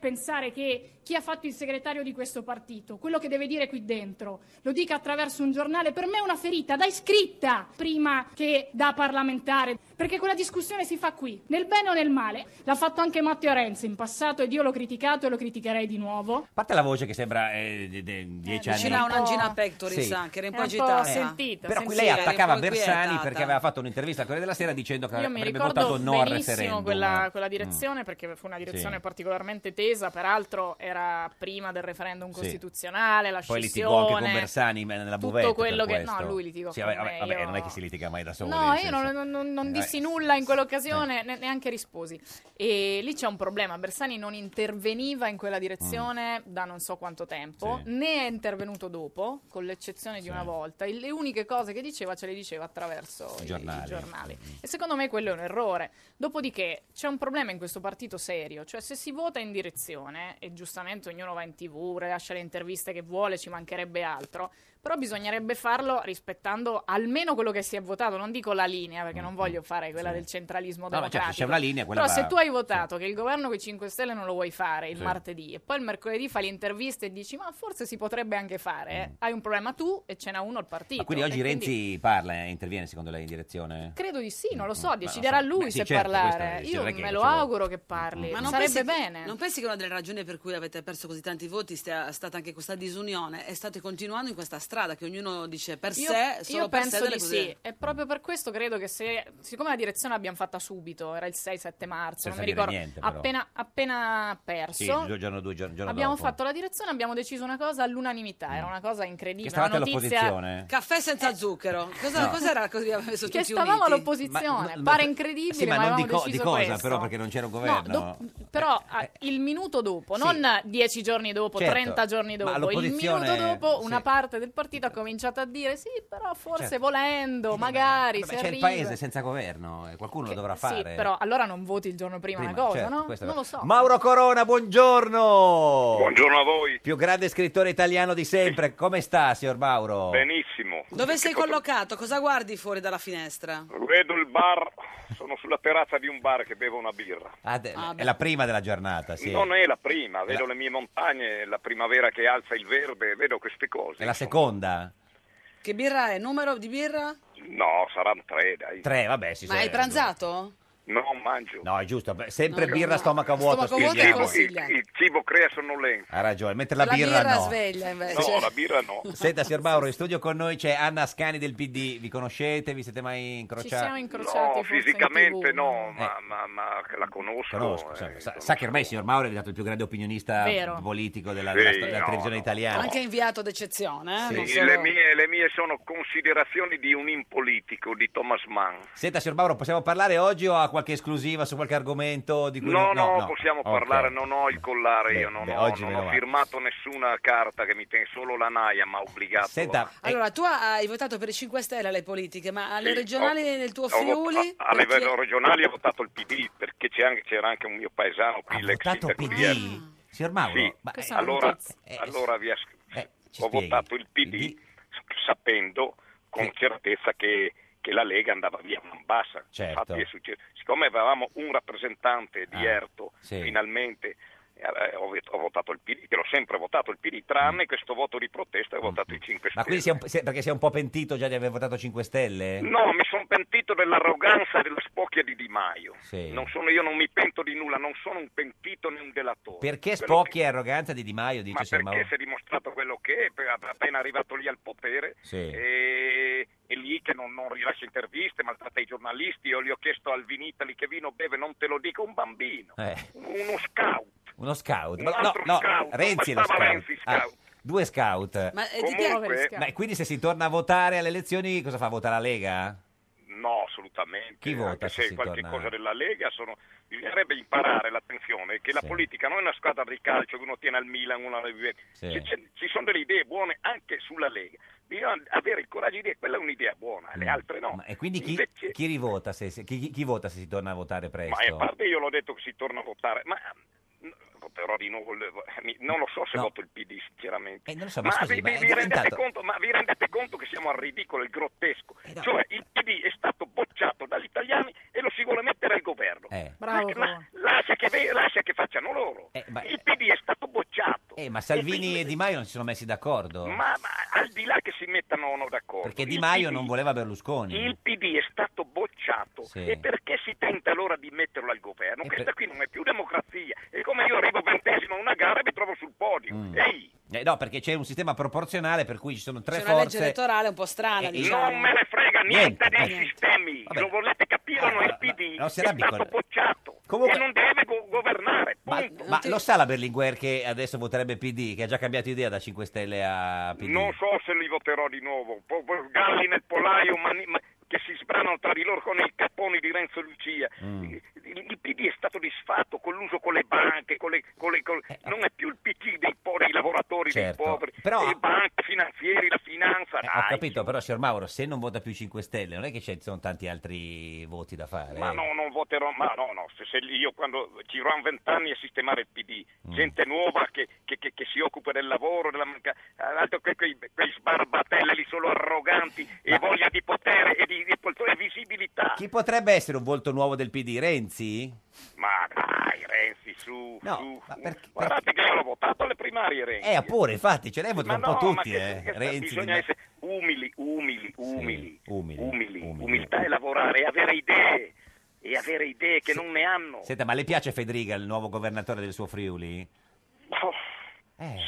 pensare che chi ha fatto il segretario di questo partito, quello che deve dire qui dentro, lo dica attraverso un giornale, per me è una ferita da iscritta prima che da parlamentare, perché quella discussione si fa qui, nel bene o nel male. L'ha fatto anche Matteo Renzi in passato ed io l'ho criticato e lo criticherei di nuovo. A parte la voce che sembra eh, de- de- dieci anni. Vicino a un'angina pectoris Sì. anche, era un po' È un po' agitata. sentita, eh, Però qui sentita, lei era un po' attaccava Bersani inquietata. perché aveva fatto un'intervista al Corriere della Sera dicendo che Io mi Eh, avrebbe ricordo votato no al benissimo referendum. Mm. quella, quella direzione perché fu una direzione Sì. particolarmente tesa, peraltro era prima del referendum Sì. costituzionale, la Poi scissione. litigò anche con Bersani ma- nella tutto buvette quello per che- no, questo. lui litigò Sì, con vabbè, me, vabbè, io- non è che si litiga mai da soli. No, nel io senso. non, non- non- non Eh, dissi eh. nulla in quell'occasione, ne- neanche risposi. E lì c'è un problema, Bersani non interveniva in quella direzione Mm. da non so quanto tempo, Sì. né è intervenuto dopo, con l'eccezione di una volta. E le uniche cose che diceva ce le diceva attraverso i- I i giornali. giornali. E secondo me quello è un errore. Dopodiché c'è un problema in questo partito serio, cioè se si vota in direzione, e giustamente ognuno va in tv, rilascia le interviste che vuole, ci mancherebbe altro, Però bisognerebbe farlo rispettando almeno quello che si è votato, non dico la linea, perché non voglio fare quella del centralismo Mm, no, certo, democratico. c'è una linea, quella Però va- se tu hai votato che il governo con i 5 Stelle non lo vuoi fare il Sì. martedì e poi il mercoledì fai l'intervista e dici ma forse si potrebbe anche fare, eh. hai un problema tu e ce n'ha uno il partito. Mm. Ma quindi oggi E quindi- Renzi parla, eh, interviene secondo lei in direzione? Credo di sì, non lo so, non Mm, so. deciderà lui Beh, sì, se certo, parlare. questo è- Io sì, non è che me ci lo vuole- auguro che parli, Ma non sarebbe pensi, bene. Non pensi che una delle ragioni per cui avete perso così tanti voti sia stata anche questa disunione? E state continuando in questa strada che ognuno dice per Io- sé, io, solo per sé penso delle di cose- sì e proprio per questo credo che se siccome la direzione l'abbiamo fatta subito era il 6-7 marzo Senza non mi dire ricordo niente, però. appena, appena Sì, perso due giorni, due giorni, giorno abbiamo dopo. Eh Mm. fatto la direzione abbiamo deciso una cosa all'unanimità era una cosa incredibile Che stavate una notizia Eh, all'opposizione. Caffè senza zucchero. Cosa, No. Cos'era così messo tutti che stavamo uniti? all'opposizione pare incredibile Sì, ma ma non di, avevamo co- di deciso cosa questo. però, perché non c'era un governo. No, do- però ah, il minuto dopo, Eh, Sì. non dieci giorni dopo, Certo, 30 giorni ma dopo, il l'opposizione- minuto dopo una sì. parte del partito ha cominciato a dire sì, però forse Certo. volendo, magari, Vabbè, se c'è il arriva... paese senza governo, eh, qualcuno lo dovrà sì, fare. però allora non voti il giorno prima, Prima, una cosa, certo, no? questo è Non lo vero. so. Mauro Corona, buongiorno. Buongiorno a voi. Più grande scrittore italiano di sempre. Come sta, signor Mauro? Benissimo. Dove sei collocato? Cosa guardi fuori dalla finestra? Vedo il bar, sono sulla terrazza di un bar che bevo una birra. Ah, de- è la prima della giornata, sì. Non è la prima, vedo La- le mie montagne, la primavera che alza il verde, vedo queste È cose. la seconda? Che birra è? Numero di birra? No, saranno tre, dai. Tre, vabbè, sì. Ma hai pranzato? No, mangio. No, è giusto. beh, Sempre No, birra no. a stomaco vuoto. Stomaco vuoto spieghiamo. consiglia. Il cibo crea sonnolenza. Ha ragione, mentre la, birra, no. sveglia cioè. invece. No, la birra no. Senta, signor Mauro, in studio con noi c'è Anna Scani del PD. Vi conoscete? Vi siete mai incrociati? No, fisicamente no, ma, ma- ma che la conosco. Eh. Conosco, eh. sa, sa- sa che ormai il signor Mauro è diventato il più grande opinionista Vero. politico della, Sì, della sto- della no, televisione italiana. Anche inviato d'eccezione, eh? non Sì, solo- le, mie, le mie sono considerazioni di un impolitico, di Thomas Mann. Senta, signor Mauro, possiamo parlare oggi o ha qualche esclusiva su qualche argomento? Di cui No, non- no, possiamo Ok. parlare, non ho il collare, io non, beh, ho, oggi non meno ho male. firmato nessuna carta che mi tiene solo la Naia, ma obbligato. Senta, Allora, tu hai votato per i 5 Stelle alle politiche, ma alle Sì, regionali del tuo Ho vota- Friuli? a livello regionale ho votato il PD perché c'è anche- c'era anche un mio paesano qui, l'ex Votato sindaco di Ermo. PD? Signor Mauro, Sì, ma- eh, allora, allora vi as- ho votato il PD s- sapendo con Eh. certezza che, che la Lega andava via a man bassa. Certo. Infatti è successo. Siccome avevamo un rappresentante di Ah, Erto, sì. finalmente eh, ho, vet- ho votato il PD, che l'ho sempre votato il PD, tranne questo voto di protesta che ho votato i 5 Mm. ma Stelle. quindi si è un- si è- perché si è un po' pentito già di aver votato 5 Stelle? No, mi sono pentito dell'arroganza e della spocchia di Di Maio. Sì. Non sono- io non mi pento di nulla, non sono un pentito né un delatore. Perché Quello spocchi e arroganza di Di Maio, dice ma signor perché Mauro? si è dimostrato quello che è, per- appena arrivato lì al potere, Sì. e, e lì che non, non rilascia interviste, maltratta i giornalisti, io gli ho chiesto al Vinitali che vino beve, non te lo dico un bambino, Eh, uno scout, uno scout. Un Ma- no, altro no, scout, Renzi è lo bastava scout. Renzi, scout. Ah, due scout. Ma eh, Comunque- di che Ma quindi se si torna a votare alle elezioni, cosa fa? Vota la Lega? no assolutamente, Chi vota anche se se si qualche torna- cosa della Lega, sono... bisognerebbe imparare l'attenzione che la Sì. politica non è una squadra di calcio che uno tiene al Milan, uno alla Juventus, Sì. Ci- ci- ci sono delle idee buone anche sulla Lega, bisogna avere il coraggio di dire quella è un'idea buona, le Mm. altre no. Ma- e quindi chi, chi rivota se, se- chi, chi- chi vota se si torna a votare presto? Ma a parte io l'ho detto che si torna a votare, ma mm, voterò di nuovo, il- mi- non lo so se No. voto il PD sinceramente. Eh, non lo so, ma scusi, vi, ma vi- è vi rendete diventato- Eh, conto, ma vi rendete conto che siamo al ridicolo, al grottesco? Cioè il PD è stato bocciato dagli italiani e lo si vuole mettere al governo. Eh. Bravo, Ma- lascia, che, ve- lascia che facciano loro. ma- il PD è stato bocciato. Eh, ma Salvini e Di Maio non si sono messi d'accordo? Ma, ma al di là che si mettano o no d'accordo. Perché Di il Maio PD non voleva Berlusconi. il PD è stato bocciato Sì. e perché si tenta allora di metterlo al governo? Questa qui non è più democrazia. È come io arrivo ventesimo a una gara e mi trovo sul podio. Mm. Ehi, Eh, no, perché c'è un sistema proporzionale per cui ci sono tre C'è una legge forze. elettorale un po' strana, Eh, diciamo. non me ne frega niente, Niente, dei niente. sistemi. Lo volete capire o no? Il PD no, si è arrabbi stato con- bocciato Comunque- e non deve go- governare. Ma, punto. ma lo sa la Berlinguer che adesso voterebbe PD, che ha già cambiato idea da 5 Stelle a Eh, PD? Non so se li voterò di nuovo. Po- po- Galli nel polaio mani- ma- che si sbranano tra di loro con i capponi di Renzo Lucia. Mm. Il, il PD è stato disfatto con l'uso con le banche, con le- con le- con- non è più il PD dei poveri, dei lavoratori, Eh, Certo, dei poveri, però- Eh, le banche, i finanzieri, la finanza. Ho dai, capito, però signor Mauro, se non vota più 5 Stelle, non è che ci sono tanti altri voti da fare. Ma eh? no, non voterò, ma no, no, se, se io quando ci vorranno vent'anni a sistemare il PD, Mm. gente nuova che, che- che- che si occupa del lavoro, della manca, eh, altro che quei, quei sbarbatelli solo arroganti e voglia di potere e di, di poltrone e visibilità. Chi potrebbe essere un volto nuovo del PD? Renzi? Ma dai, Renzi, su, No, su. Guardate che io l'ho votato alle primarie, Renzi. Eh, a pure, infatti, ce l'hai Ma votato no, un po' ma tutti, che- eh. che- Renzi, bisogna Di- essere umili, umili, umili, umili, umili. Umiltà e lavorare, e avere idee, e avere idee che non ne hanno. Senta, ma le piace Federica, il nuovo governatore del suo Friuli? Oh,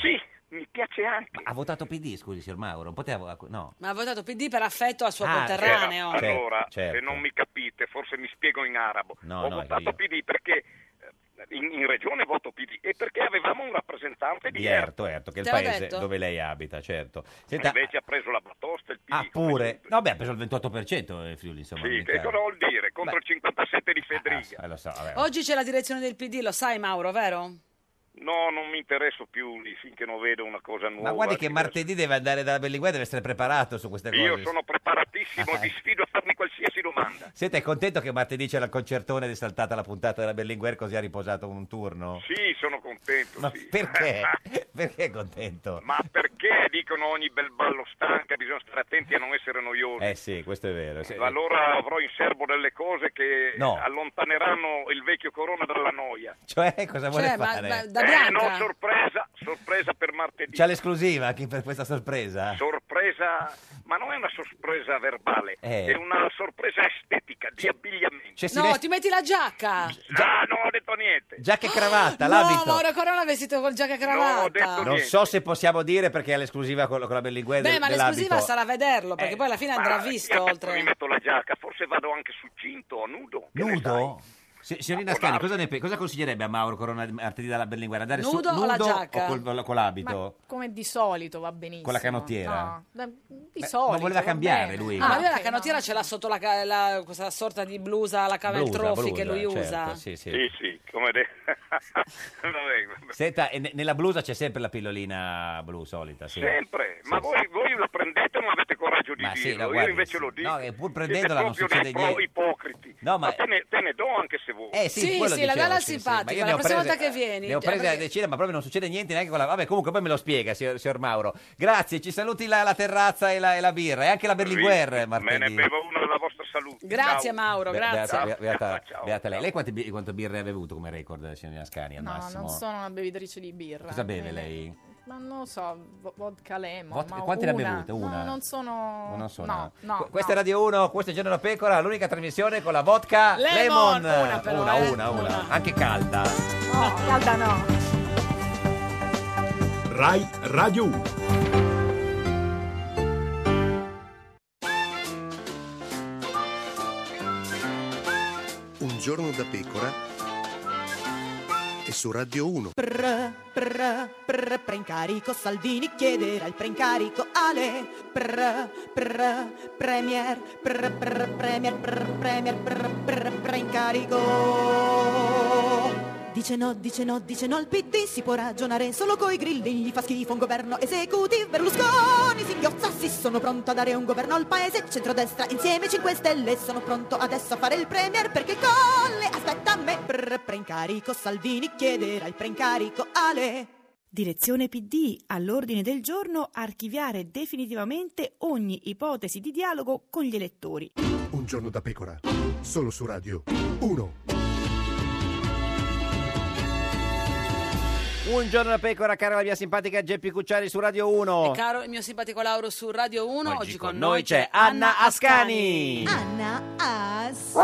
Sì, mi piace anche. Ha votato PD, scusi, signor Mauro, non poteva... No. Ma ha votato PD per affetto al suo Ah, conterraneo. certo. Allora, certo. se non mi capite, forse mi spiego in arabo. No, Ho no, votato io- PD perché eh, in, in regione voto PD e perché avevamo un rappresentante di Di Erto, Erto, che è il Te l'ho paese detto? dove lei abita, certo. E Senta, Invece ha preso la batosta il PD. ah, pure... No, beh, ha preso il 28% il eh, Friuli, insomma. Sì, mica- che cosa vuol dire? Contro il 57 di Federica. Eh, lo so, vabbè. Oggi c'è la direzione del PD, lo sai Mauro, vero? No, non mi interesso più lì finché non vedo una cosa nuova. Ma guardi che martedì deve andare dalla Berlinguer, deve essere preparato su queste cose. Ah, eh. Io sono preparatissimo, vi sfido a farmi qualsiasi domanda. Siete contento che martedì c'era il concertone ed è saltata la puntata della Berlinguer così ha riposato un turno? Sì, sono contento. Ma sì. perché? perché è contento? Ma perché dicono ogni bel ballo stanca, bisogna stare attenti a non essere noiosi. Eh sì, questo è vero. Se- Allora avrò in serbo delle cose che No. allontaneranno il vecchio Corona dalla noia. Cioè, cosa vuole fare? da Eh, Bianca? no, sorpresa, sorpresa per martedì. C'ha l'esclusiva anche per questa sorpresa? Sorpresa, ma non è una sorpresa verbale, Eh. è una sorpresa estetica, di abbigliamento. Cioè, si no, veste- ti metti la giacca. Ah, non ho detto niente. Giacca e cravatta, No, l'abito. Mauro Corona vestito con giacca e cravatta. non so se possiamo dire perché è l'esclusiva con, con la Berlinguer Beh, del- ma dell'abito. Eh, l'esclusiva sarà a vederlo, perché Eh, poi alla fine andrà visto oltre. Metto la giacca, forse vado anche succinto, nudo. Nudo? Si- Signorina Scani, cosa, ne pe- cosa consiglierebbe a Mauro Corona di martedì dalla Berlinguer? Andare su- Nudo o la giacca? col- col- con l'abito? Come di solito va benissimo. Con la canottiera? No, da- di Beh, solito. ma voleva va cambiare bene. lui. Ah, ma lui la canottiera ce l'ha sotto la, ca- la- questa sorta di blusa, la cava Blusa, trophy blusa, che lui certo, usa. sì, sì. Sì, sì, come de- Vabbè, Senta, e ne- nella blusa c'è sempre la pillolina blu solita, sì. Sempre, ma voi, voi la prendete o non avete coraggio di Ma sì, dirlo? no, Io guardi, invece lo dico. no, e pur Siete prendendola non proprio succede dei pro niente. ipocriti. No, ma ma- te ne, te ne do anche se vuoi. Eh sì, Sì, quello sì, la dicevo, dalla al sì, sì, simpatico, ma io la ne ho prossima prese- volta che vieni. Ne ho Eh, prese perché- a decina, ma proprio non succede niente neanche con la... Vabbè, comunque poi me lo spiega, signor, signor Mauro. Grazie, ci saluti la, la terrazza e la, e la birra, e anche la Berlinguer martedì. Me ne bevo una alla vostra salute. Grazie Mauro, Be- grazie. beata- beata- beata lei. Lei quante, bi- quante birre ha bevuto come record, signorina Scani, al No, massimo? non sono una bevitrice di birra. Cosa beve Eh, lei? Ma non lo so, vo- vodka lemon. Vod- ma quante ne ha una. bevute? Una? No, non sono... Non so, No, no. Qu- questa no. è Radio 1, questo è Giorno da Pecora, l'unica trasmissione con la vodka Lemon! Lemon. Una però, una, eh. una, una, anche calda. No, calda no. Rai Radio 1. Un giorno da pecora e su Radio 1. Prr, prr, prr, preincarico, Salvini chiederà il preincarico Ale. Prr, prr, premier, prr, prr, premier, prr, premier, prr, prr, preincarico. Dice no, dice no, dice no al PD, si può ragionare solo coi grillini, gli fa schifo un governo esecutivo, Berlusconi singhiozza, sì sono pronto a dare un governo al paese, centrodestra insieme 5 Stelle, sono pronto adesso a fare il premier perché il colle aspetta me, prr, preincarico, Salvini chiederà il preincarico, Ale. Direzione PD all'ordine del giorno archiviare definitivamente ogni ipotesi di dialogo con gli elettori. Un giorno da pecora, solo su Radio 1. Un giorno da Pecora, cara la mia simpatica Geppi Cucciari su Radio 1. E caro il mio simpatico Lauro su Radio 1, oggi, Oggi con noi c'è Anna Ascani. Anna As.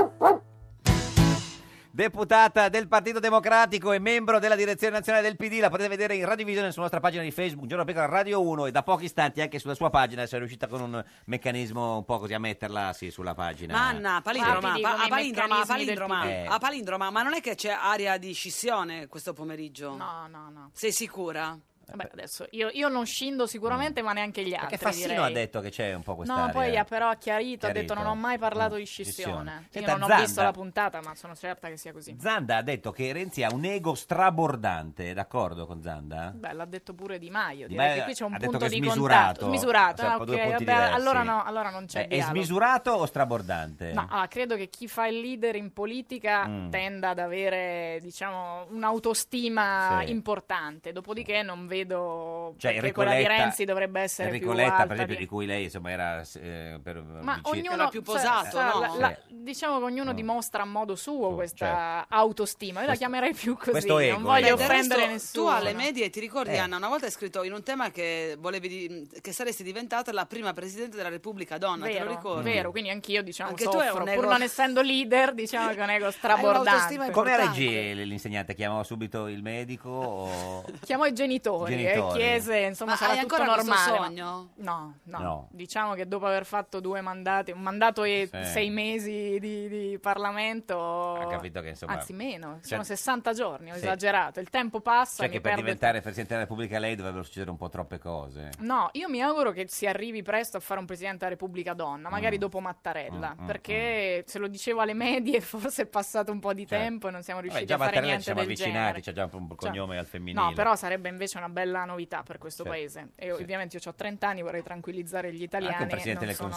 Deputata del Partito Democratico e membro della direzione nazionale del PD, la potete vedere in radiovisione sulla nostra pagina di Facebook, Un Giorno da Pecora Radio 1 e da pochi istanti anche sulla sua pagina, se è riuscita con un meccanismo un po' così a metterla sì, sulla pagina. Ma Anna, palindroma, Rapidi pa- come a i palindroma, a meccanismi del palindroma, PD. Eh. a palindroma, ma non è che c'è aria di scissione questo pomeriggio? No, no, no. Sei sicura? Vabbè, adesso io, io non scindo sicuramente, ma neanche gli altri. Perché Fassino direi. ha detto che c'è un po' questa No, poi ha però ha chiarito, ha Chiarito. detto non ho mai parlato Mm, di scissione. scissione. Io Senta, non ho Zanda. visto la puntata, ma sono certa che sia così. Zanda ha detto che Renzi ha un ego strabordante, d'accordo con Zanda? Beh, l'ha detto pure Di Maio. Di Direi Maio che qui c'è un ha detto che punto è di smisurato. contatto. Smisurato, Cioè, ah, un po' due ok, punti vabbè, diversi. allora no, allora non c'è Eh, è dialogo. smisurato o strabordante? No, allora, credo che chi fa il leader in politica Mm. tenda ad avere, diciamo, un'autostima Sì. importante. Dopodiché non vedo Cioè, perché Enrico quella di Letta- Renzi dovrebbe essere Enrico più Letta, alta per esempio, di- di cui lei insomma era eh, per, Ma vicino- ognuno Era più sa- posato, sa- no? la- la- Sì. Mm. diciamo che ognuno dimostra a modo suo questa certo. autostima. Io la Questo- chiamerei più così. questo ego, ecco. non voglio ego. offendere Del nessuno. Tu alle medie ti ricordi, Eh. Anna, una volta hai scritto in un tema che volevi di- che saresti diventata la prima presidente della Repubblica donna, te lo Vero, ricordi? vero, quindi anch'io diciamo Anche tu hai soffro, un pur ego- non essendo leader, diciamo che è un ego un'autostima strabordante. Com'era il GL l'insegnante? Chiamava subito il medico? O... Chiamò i genitori, Genitori. e chiese, insomma, Ma sarà hai tutto ancora questo normale. ma- sogno? No, no, No. Diciamo che dopo aver fatto due mandati, un mandato e Sì. sei mesi di, di Parlamento, Ha capito che insomma... anzi meno, Cioè- sono 60 giorni, ho Sì. esagerato, il tempo passa, Cioè mi che per perdo il diventare Presidente della Repubblica lei dovrebbero succedere un po' troppe cose. No, io mi auguro che si arrivi presto a fare un presidente della Repubblica donna, magari Mm. dopo Mattarella, Mm, mm, perché se lo dicevo alle medie forse è passato un po' di Certo. tempo e non siamo Vabbè, riusciti già a fare Mattarella ci niente siamo del avvicinati, genere. c'è già un Cioè, cognome al femminile. No, però sarebbe invece una bella novità per questo Certo. paese. E Sì. ovviamente io ho 30 anni, vorrei tranquillizzare gli italiani. Anche un Presidente non del sono-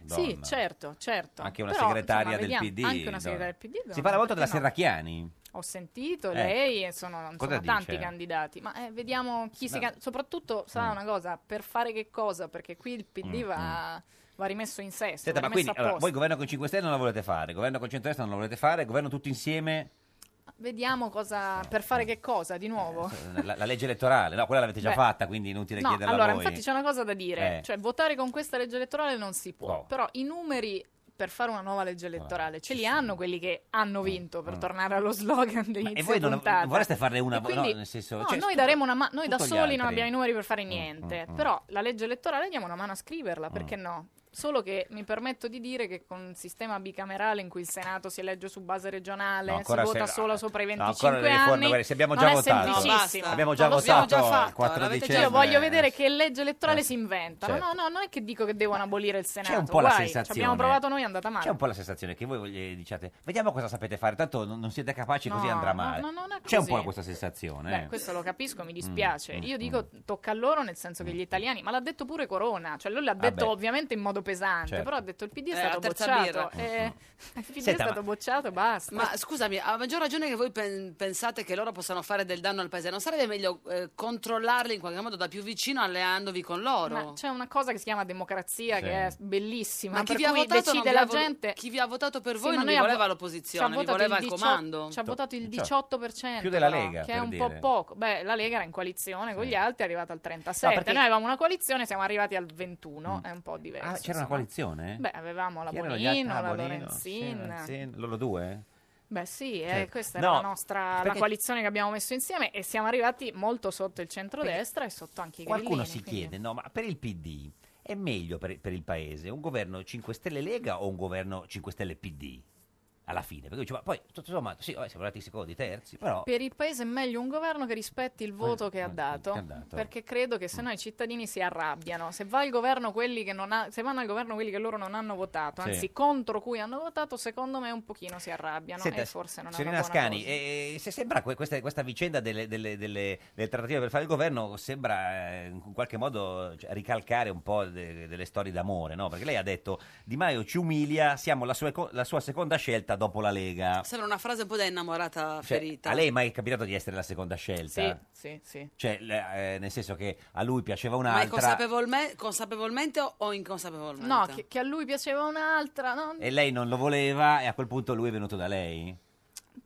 Consiglio... Sì, donna. certo, certo. Anche una Però, segretaria insomma, del PD. vediamo. Anche una donna. segretaria del PD. Si donna, parla molto della perché no? Serracchiani. Ho sentito Eh. lei e sono Cosa insomma, tanti dice? candidati, ma eh, vediamo chi si No. can- Soprattutto sarà una cosa per fare che cosa? Perché qui il PD Mm, va, va rimesso in sesto. Senta, va ma quindi rimesso a allora, posto. voi governo con 5 Stelle non la volete fare, governo con centrodestra non la volete fare, governo tutti insieme, Vediamo cosa. Eh, Per fare che cosa di nuovo? la, la legge elettorale, no, quella l'avete già Beh. fatta, quindi inutile No, chiederla allora, a voi. infatti c'è una cosa da dire, Eh. cioè votare con questa legge elettorale non si può, Wow. però i numeri per fare una nuova legge elettorale ce li hanno quelli che hanno vinto, per tornare allo slogan di Mm, e inizio voi non, puntata. non vorreste farne una, E quindi- no, nel senso, No, cioè, noi daremo una mano, noi da tutto gli soli altri. non abbiamo i numeri per fare niente, mm, mm. però la legge elettorale diamo una mano a scriverla, perché no? Solo che mi permetto di dire che con un sistema bicamerale in cui il Senato si elegge su base regionale, No, si ancora vota se- solo sopra i no, 25 ancora le riforme, anni, guarda, se abbiamo non già è votato. semplicissimo. No, abbiamo No, già lo votato il 4 l'avete già- Cioè, io dicembre. voglio vedere che legge elettorale si inventano. certo. No, no, non è che dico che devono abolire il Senato. C'è un po' la guai, ci sensazione. abbiamo provato noi, è andata male. C'è un po' la sensazione che voi eh, diciate, vediamo cosa sapete fare, tanto non, non siete capaci, così No, andrà no, male. no, non è C'è un così. po' questa sensazione. Beh, eh. questo lo capisco, mi dispiace. mm, Io dico tocca a loro nel senso che gli italiani, ma l'ha detto pure Corona, cioè lui l'ha Vabbè. detto ovviamente in modo pesante, Ah, Certo. però ha detto il PD è Eh, stato la terza bocciato. birra. eh, il PD Senta, è stato ma- bocciato e basta. Ma scusami, a maggior ragione che voi pen- pensate che loro possano fare del danno al paese, non sarebbe meglio eh, controllarli in qualche modo da più vicino alleandovi con loro? Ma c'è una cosa che si chiama democrazia Sì. che è bellissima, Ma chi per vi ha cui votato non decide vi la ha vo- gente. chi vi ha votato per Sì, voi ma non noi vi ha vo- voleva ci ha l'opposizione, vi votato voleva il, 18 comando. Ci ha votato il 18. 18%. cioè, Più della però, Lega, Che è per un po' dire. poco. Beh, la Lega era in coalizione con gli altri, è arrivata al 37. No, perché- Noi avevamo una coalizione, siamo arrivati al 21, è un po' diverso. Ah, c'era una insomma. coalizione? Beh, avevamo la Chi erano gli altri? Bonino, Ah, la Bonino, sì, Lorenzin. Lorenzin, loro due? Beh, sì, eh, Certo. questa No, era la nostra la perché- coalizione che abbiamo messo insieme e siamo arrivati molto sotto il centrodestra e sotto anche i Qualcuno grillini. si quindi- chiede, no, ma per il PD è meglio per, per il paese un governo 5 Stelle Lega o un governo 5 Stelle PD? Alla fine, perché dice, ma poi tutto sommato, sì, vabbè, siamo arrivati secondi, terzi, però... Per il paese è meglio un governo che rispetti il voto che ha dato, Eh, che ha dato. Mm. perché credo che sennò i cittadini si arrabbiano. Se, va il governo quelli che non ha- se vanno al governo quelli che loro non hanno votato, Sì. anzi contro cui hanno votato, secondo me un pochino si arrabbiano Senta, e forse non signorina hanno Ascani, eh, se sembra que- questa, questa vicenda delle, delle- delle- delle trattative per fare il governo sembra eh, in qualche modo cioè, ricalcare un po' de- delle storie d'amore, no? Perché lei ha detto Di Maio ci umilia, siamo la sua, eco- la sua seconda scelta dopo la Lega. Sembra una frase un po' da innamorata Cioè, ferita. a lei è mai capitato di essere la seconda scelta? Sì. Sì, sì. Cioè, le- eh, nel senso che a lui piaceva Ma è un'altra consapevolme- consapevolmente o- o inconsapevolmente? No, che, che a lui piaceva un'altra, no? e lei non lo voleva e a quel punto lui è venuto da lei.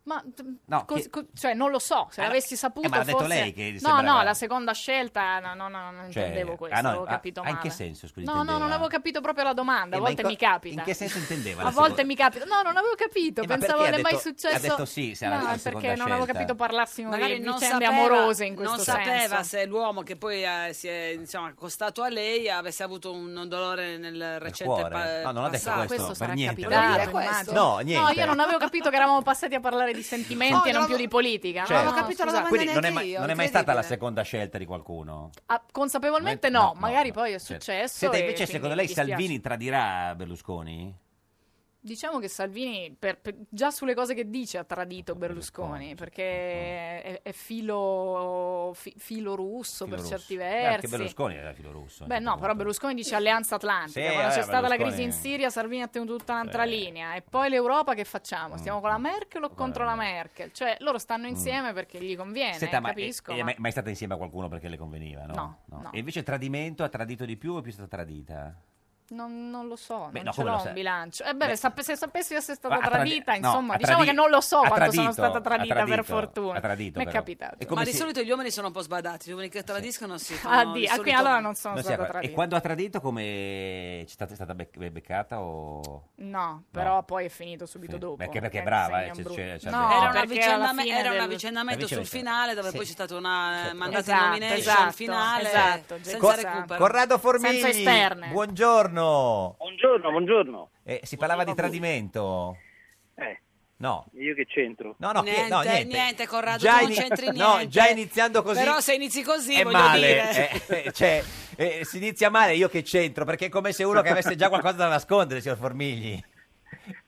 Ma t- No, cos- che- co- cioè, non lo so, se l'avessi saputo eh, ma l'ha detto forse... lei che No, sembrava- no, la seconda scelta, no, no, no, non Cioè, intendevo questo, ah, no, avevo ah, capito ah, in male. che senso, scusi, No, no, non intendeva? avevo capito proprio la domanda, Eh, a ma in volte co- mi capita. In che senso intendeva? A la volte seconda- Eh, mi capita, no, non avevo capito, ma pensavo perché ha non è mai detto- successo. ha detto sì, se era no, la è seconda perché non avevo scelta. capito parlassimo Magari di non vicende sapeva, amorose in questo non senso. sapeva se l'uomo che poi eh, si è insomma, accostato a lei avesse avuto un un dolore nel recente cuore. pa- No, non ha detto questo, passato. Questo per sarà niente, capitato, Voleva dire immagino. questo? No, niente. io non avevo capito che eravamo passati a parlare di sentimenti Oh, e non non più di politica. no? Certo. No, scusate. Quindi non è, mai, non è mai stata la seconda scelta di qualcuno. Ah, consapevolmente No, no, no, magari poi è Certo. successo. Senta, e invece, quindi secondo mi lei dispiace. Salvini tradirà Berlusconi? Diciamo che Salvini, per- per- già sulle cose che dice, ha tradito Berlusconi, perché è, è filo, fi- filo russo Filo per russo. certi Beh, versi. Anche Berlusconi era filo russo. Beh, no, però Berlusconi dice alleanza atlantica. Sì, Quando vabbè, c'è stata la crisi in Berlusconi- Siria, Salvini ha tenuto tutta un'altra Sì. Mm. linea. E poi l'Europa che facciamo? Stiamo con la Merkel o contro la Merkel? Cioè, loro stanno insieme perché gli conviene, Senta, ma, capisco. è, è ma- mai- mai stata insieme a qualcuno perché le conveniva, no? No, no. E invece tradimento ha tradito di più o è più stata tradita? Non, non lo so, Beh, non no, ce come l'ho lo sa- un bilancio. Ebbene, sape- se sapessi di essere stata Ha tradi- tradita, no, insomma, ha diciamo tradi- che non lo so ha quanto sono tradito, stata ha tradita, per tradito, fortuna. ha tradito, Mi è però. capitato. E come Ma di si- solito gli uomini sono un po' sbadati, gli uomini che tradiscono si fanno Ah, di- di ah, qui solito- allora non sono Non si è stata accorta. tradita. E quando ha tradito, come c'è stata, è stata bec- beccata o... No, però poi è finito subito Sì. dopo. Perché- perché è Eh, brava, segna eh, un c'è- brutto. c'è- c'è- No, era, un perché alla avvicinam- fine era un del- avvicinamento sul Avvicinamento. finale dove Sì. Certo. poi c'è stato una eh, mandata Esatto, in nomination esatto, finale esatto, senza Cor- recupero. Corrado Formigli, Senza esterne. buongiorno. Buongiorno, buongiorno. Eh, si parlava di tradimento? Eh, No. io che c'entro? No, no, che- niente, no, niente, niente. Corrado, Già tu non ini- c'entri niente. no, già iniziando così Però se inizi così, è voglio male, dire. eh, cioè, eh, si inizia male io che c'entro, perché è come se uno che avesse già qualcosa da nascondere, signor Formigli.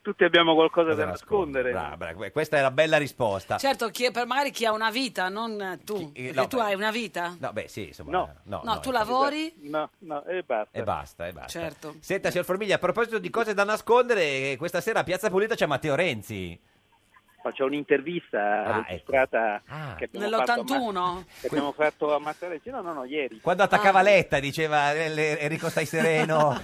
Tutti abbiamo qualcosa da nascondere. Brava, brava, que- questa è la bella risposta. Certo, chi è- per magari chi ha una vita, non tu. eh, no, perché tu beh. hai una vita? No, beh, sì, insomma. No, no, No, tu lavori? cioè, No, no, e basta. E basta, e basta. Certo. Senta, signor Formiglia, a proposito di cose da nascondere, eh, questa sera a Piazza Pulita c'è Matteo Renzi. Faccio un'intervista Ah, registrata che abbiamo fatto a Ma- Nell'81? che abbiamo fatto a Mattarese. No, no, no, ieri. Quando Ah, attaccava Letta diceva eh, le- Enrico stai sereno.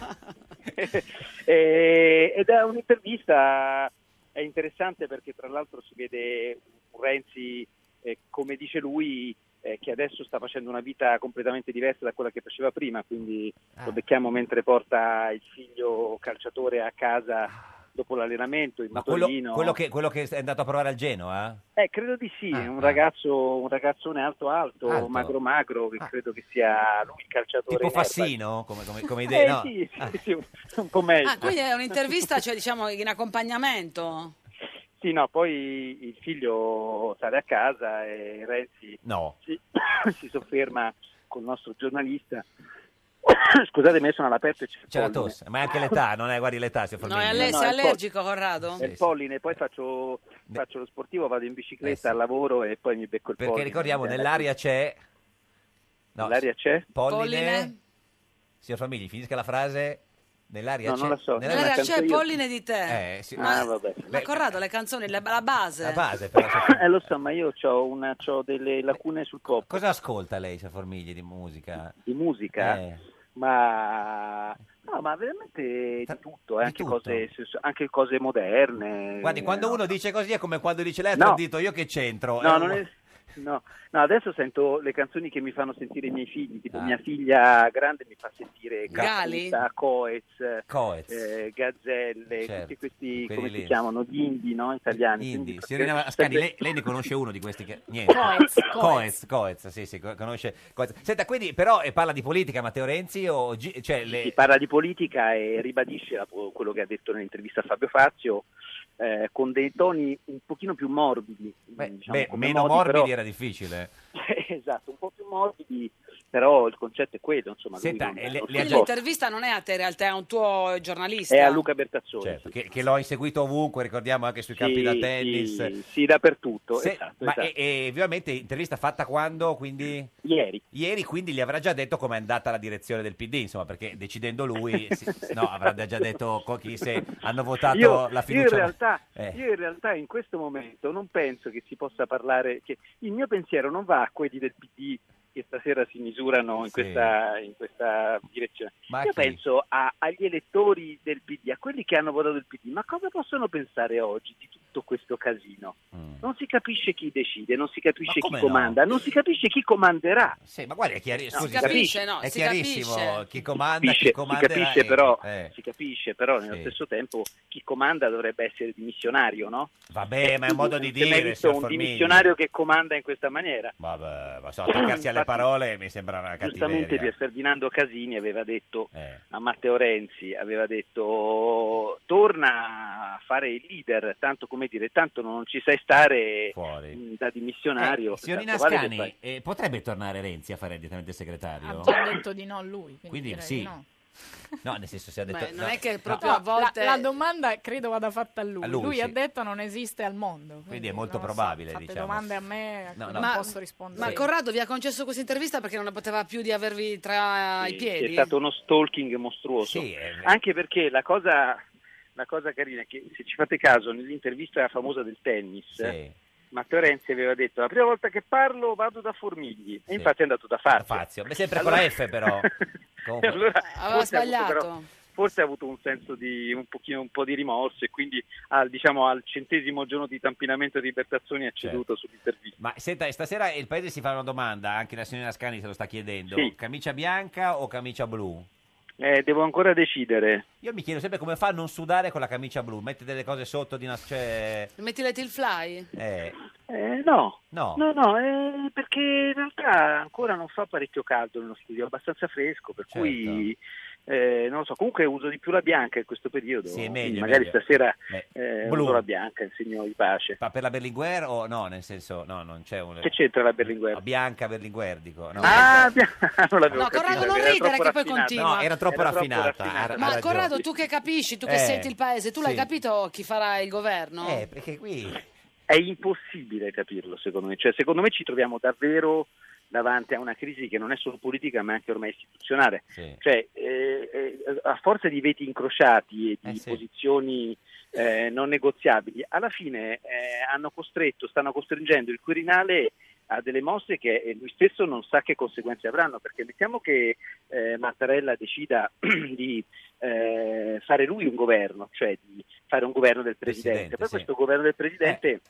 Eh, ed è un'intervista è interessante perché tra l'altro si vede un Renzi, eh, come dice lui, eh, che adesso sta facendo una vita completamente diversa da quella che faceva prima, quindi lo becchiamo mentre porta il figlio calciatore a casa dopo l'allenamento, il Ma quello, motorino. quello che, quello che è andato a provare al Genoa? Eh, credo di sì, un, ragazzo, un ragazzone alto alto, ah. Alto. Ah. magro magro, che credo che sia lui il calciatore. Tipo in erba. Fassino? Come, come, come Eh, idea? No. Ah. sì, sì, sì, un po' meglio. Ah, quindi è un'intervista, cioè diciamo in accompagnamento? Sì, no, poi il figlio sale a casa e Renzi No. si, si sofferma col nostro giornalista. Scusate, me sono all'aperto e c'è, il C'è la polline. tosse, ma è anche l'età, non è, guardi l'età, signor No, è, Formigli. alle- no, sei è il po- allergico, Corrado? È il polline, poi faccio, faccio lo sportivo, vado in bicicletta al lavoro e poi mi becco il Eh, Perché polline. ricordiamo, Eh, nell'aria c'è... No, Nell'aria c'è? Polline. Polline? Signor Famigli, finisca la frase. Nell'aria No, c'è... non la so. nell'aria Allora, c'è- Eh, c'è polline di te. Eh, sì. Ma, Ah, vabbè. ma Corrado, le canzoni, la, la base. La base, però. cioè, Eh, lo so, ma io ho delle lacune sul corpo. Cosa ascolta lei, signor Formigli, di musica? Di musica? Eh. ma, no, ma veramente di tutto, eh, anche, Cose, anche cose moderne. Guardi, quando Eh, No. uno dice così è come quando dice lei ha No. tradito, io che c'entro. Eh, No, un- non è- no, no, adesso sento le canzoni che mi fanno sentire i miei figli, tipo Ah. mia figlia grande mi fa sentire Gali? Caputa, Coez, Coez. eh, Gazzelle, Certo, tutti questi, quelli come lì. si chiamano, gli indie, no? Italiani. Quindi, Quindi, Serena Ascani, Eh, sempre- lei, lei ne conosce uno di questi che... Niente. Coez, Coez. Coez, Coez, sì, sì, co- conosce Coez. Senta, quindi però eh, parla di politica Matteo Renzi o... gi- Cioè, le... si parla di politica e ribadisce la- quello che ha detto nell'intervista a Fabio Fazio eh, con dei toni un pochino più morbidi diciamo, Beh, come meno modi, morbidi però- era difficile. esatto un po' più morbidi però il concetto è quello insomma lui Senta, non- e le- non le ha si già- può- L'intervista non è a te in realtà, è a un tuo giornalista. è a Luca Bertazzoni Certo, che, che l'ho inseguito ovunque, ricordiamo anche sui campi Sì, da sì, tennis. sì, dappertutto Se- esatto, ma esatto. e- e ovviamente intervista fatta quando? Quindi... Ieri. Ieri quindi gli avrà già detto com'è andata la direzione del PD, insomma, perché decidendo lui si- no, avrà già detto co- chi se hanno votato io, la io fiducia. in realtà, Eh. io in realtà in questo momento non penso che si possa parlare, che il mio pensiero non va a quelli del PD che stasera si misurano in, questa, in questa direzione. Ma io chi? penso a- agli elettori del PD, a quelli che hanno votato il PD, ma cosa possono pensare oggi di tutto questo casino? Non si capisce chi decide, non si capisce chi Mm. come no? comanda, non si capisce chi comanderà. Sì, ma guarda, è, chiari- No, Eh, scusi, si capisce, no, è si chiarissimo capisce. chi comanda, capisce- chi si comanda Eh. capisce, però- si capisce però nello stesso tempo chi comanda dovrebbe essere dimissionario, no? Vabbè, ma è un modo di Non si è mai dire, visto signor un Formigli. dimissionario che comanda in questa maniera. Vabbè, ma so, attaccarsi alle Infatti, parole mi sembra una Giustamente cattiveria. Eh. Pier Ferdinando Casini aveva detto a Matteo Renzi, aveva detto torna a fare il leader, tanto come dire, tanto non ci sai stare mh, da dimissionario. Eh, Signorina tanto vale che Ascani, fai- eh, potrebbe tornare Renzi a fare direttamente segretario? Ha Ah, già detto di no lui, quindi, Quindi direi sì. di no. No, nel senso, se ha detto... Beh, no, no, No, la- la, domanda credo vada fatta a lui. A lui, lui ha sì. detto non esiste al mondo. Quindi, Quindi è molto non lo so, probabile, fate diciamo. domande a me a No, cui no. non Ma- posso rispondere. Ma Corrado vi ha concesso questa intervista perché non ne poteva più di avervi tra i Sì, È piedi? stato uno stalking mostruoso. Anche perché la cosa, la cosa carina è che, se ci fate caso, nell'intervista famosa del tennis, Matteo Renzi aveva detto la prima volta che parlo vado da Formigli. E infatti è andato da Fazio. Beh, sempre con la F però. Comunque. allora, Aveva forse ha avuto sbagliato. però- forse ha avuto un senso di un, pochino, un po' di rimorso e quindi al, diciamo, al centesimo giorno di tampinamento di Bertazzoni ha Certo. ceduto sull'intervista. Ma senta, stasera il paese si fa una domanda, anche la signora Ascani se lo sta chiedendo. Sì. Camicia bianca o camicia blu? Eh, devo ancora decidere. Io mi chiedo sempre come fa a non sudare con la camicia blu. Mette delle cose sotto di una... Cioè... Metti le fly? Eh. Eh, no. No. No, no, eh, perché in realtà ancora non fa parecchio caldo nello studio, è abbastanza fresco, per cui eh, non lo so, comunque uso di più la bianca in questo periodo. Certo. Sì, è Quindi meglio, magari meglio. stasera Beh, eh, blu. uso la bianca, il segno di pace. Ma per la Berlinguer o no? Nel senso, no, non c'è un... Che c'entra la Berlinguer? bianca Berlinguer, dico. No. Ah, non l'avevo No, Corrado, non era ridere troppo che poi raffinata. continua. No, era troppo Era troppo raffinata. raffinata. ha- ha Ma ragione. Ah, Corrado, tu che capisci, tu che Eh, senti il paese, tu l'hai sì. capito chi farà il governo? Eh, perché qui... È impossibile capirlo, secondo me. Cioè, secondo me ci troviamo davvero davanti a una crisi che non è solo politica, ma anche ormai istituzionale. Cioè, eh, eh, a forza di veti incrociati e di posizioni eh, non negoziabili, alla fine eh, hanno costretto, stanno costringendo il Quirinale a delle mosse che eh, lui stesso non sa che conseguenze avranno, perché mettiamo che eh, Mattarella decida di eh, fare lui un governo, cioè di fare un governo del Presidente, Presidente. Poi sì. Eh. questo governo del Presidente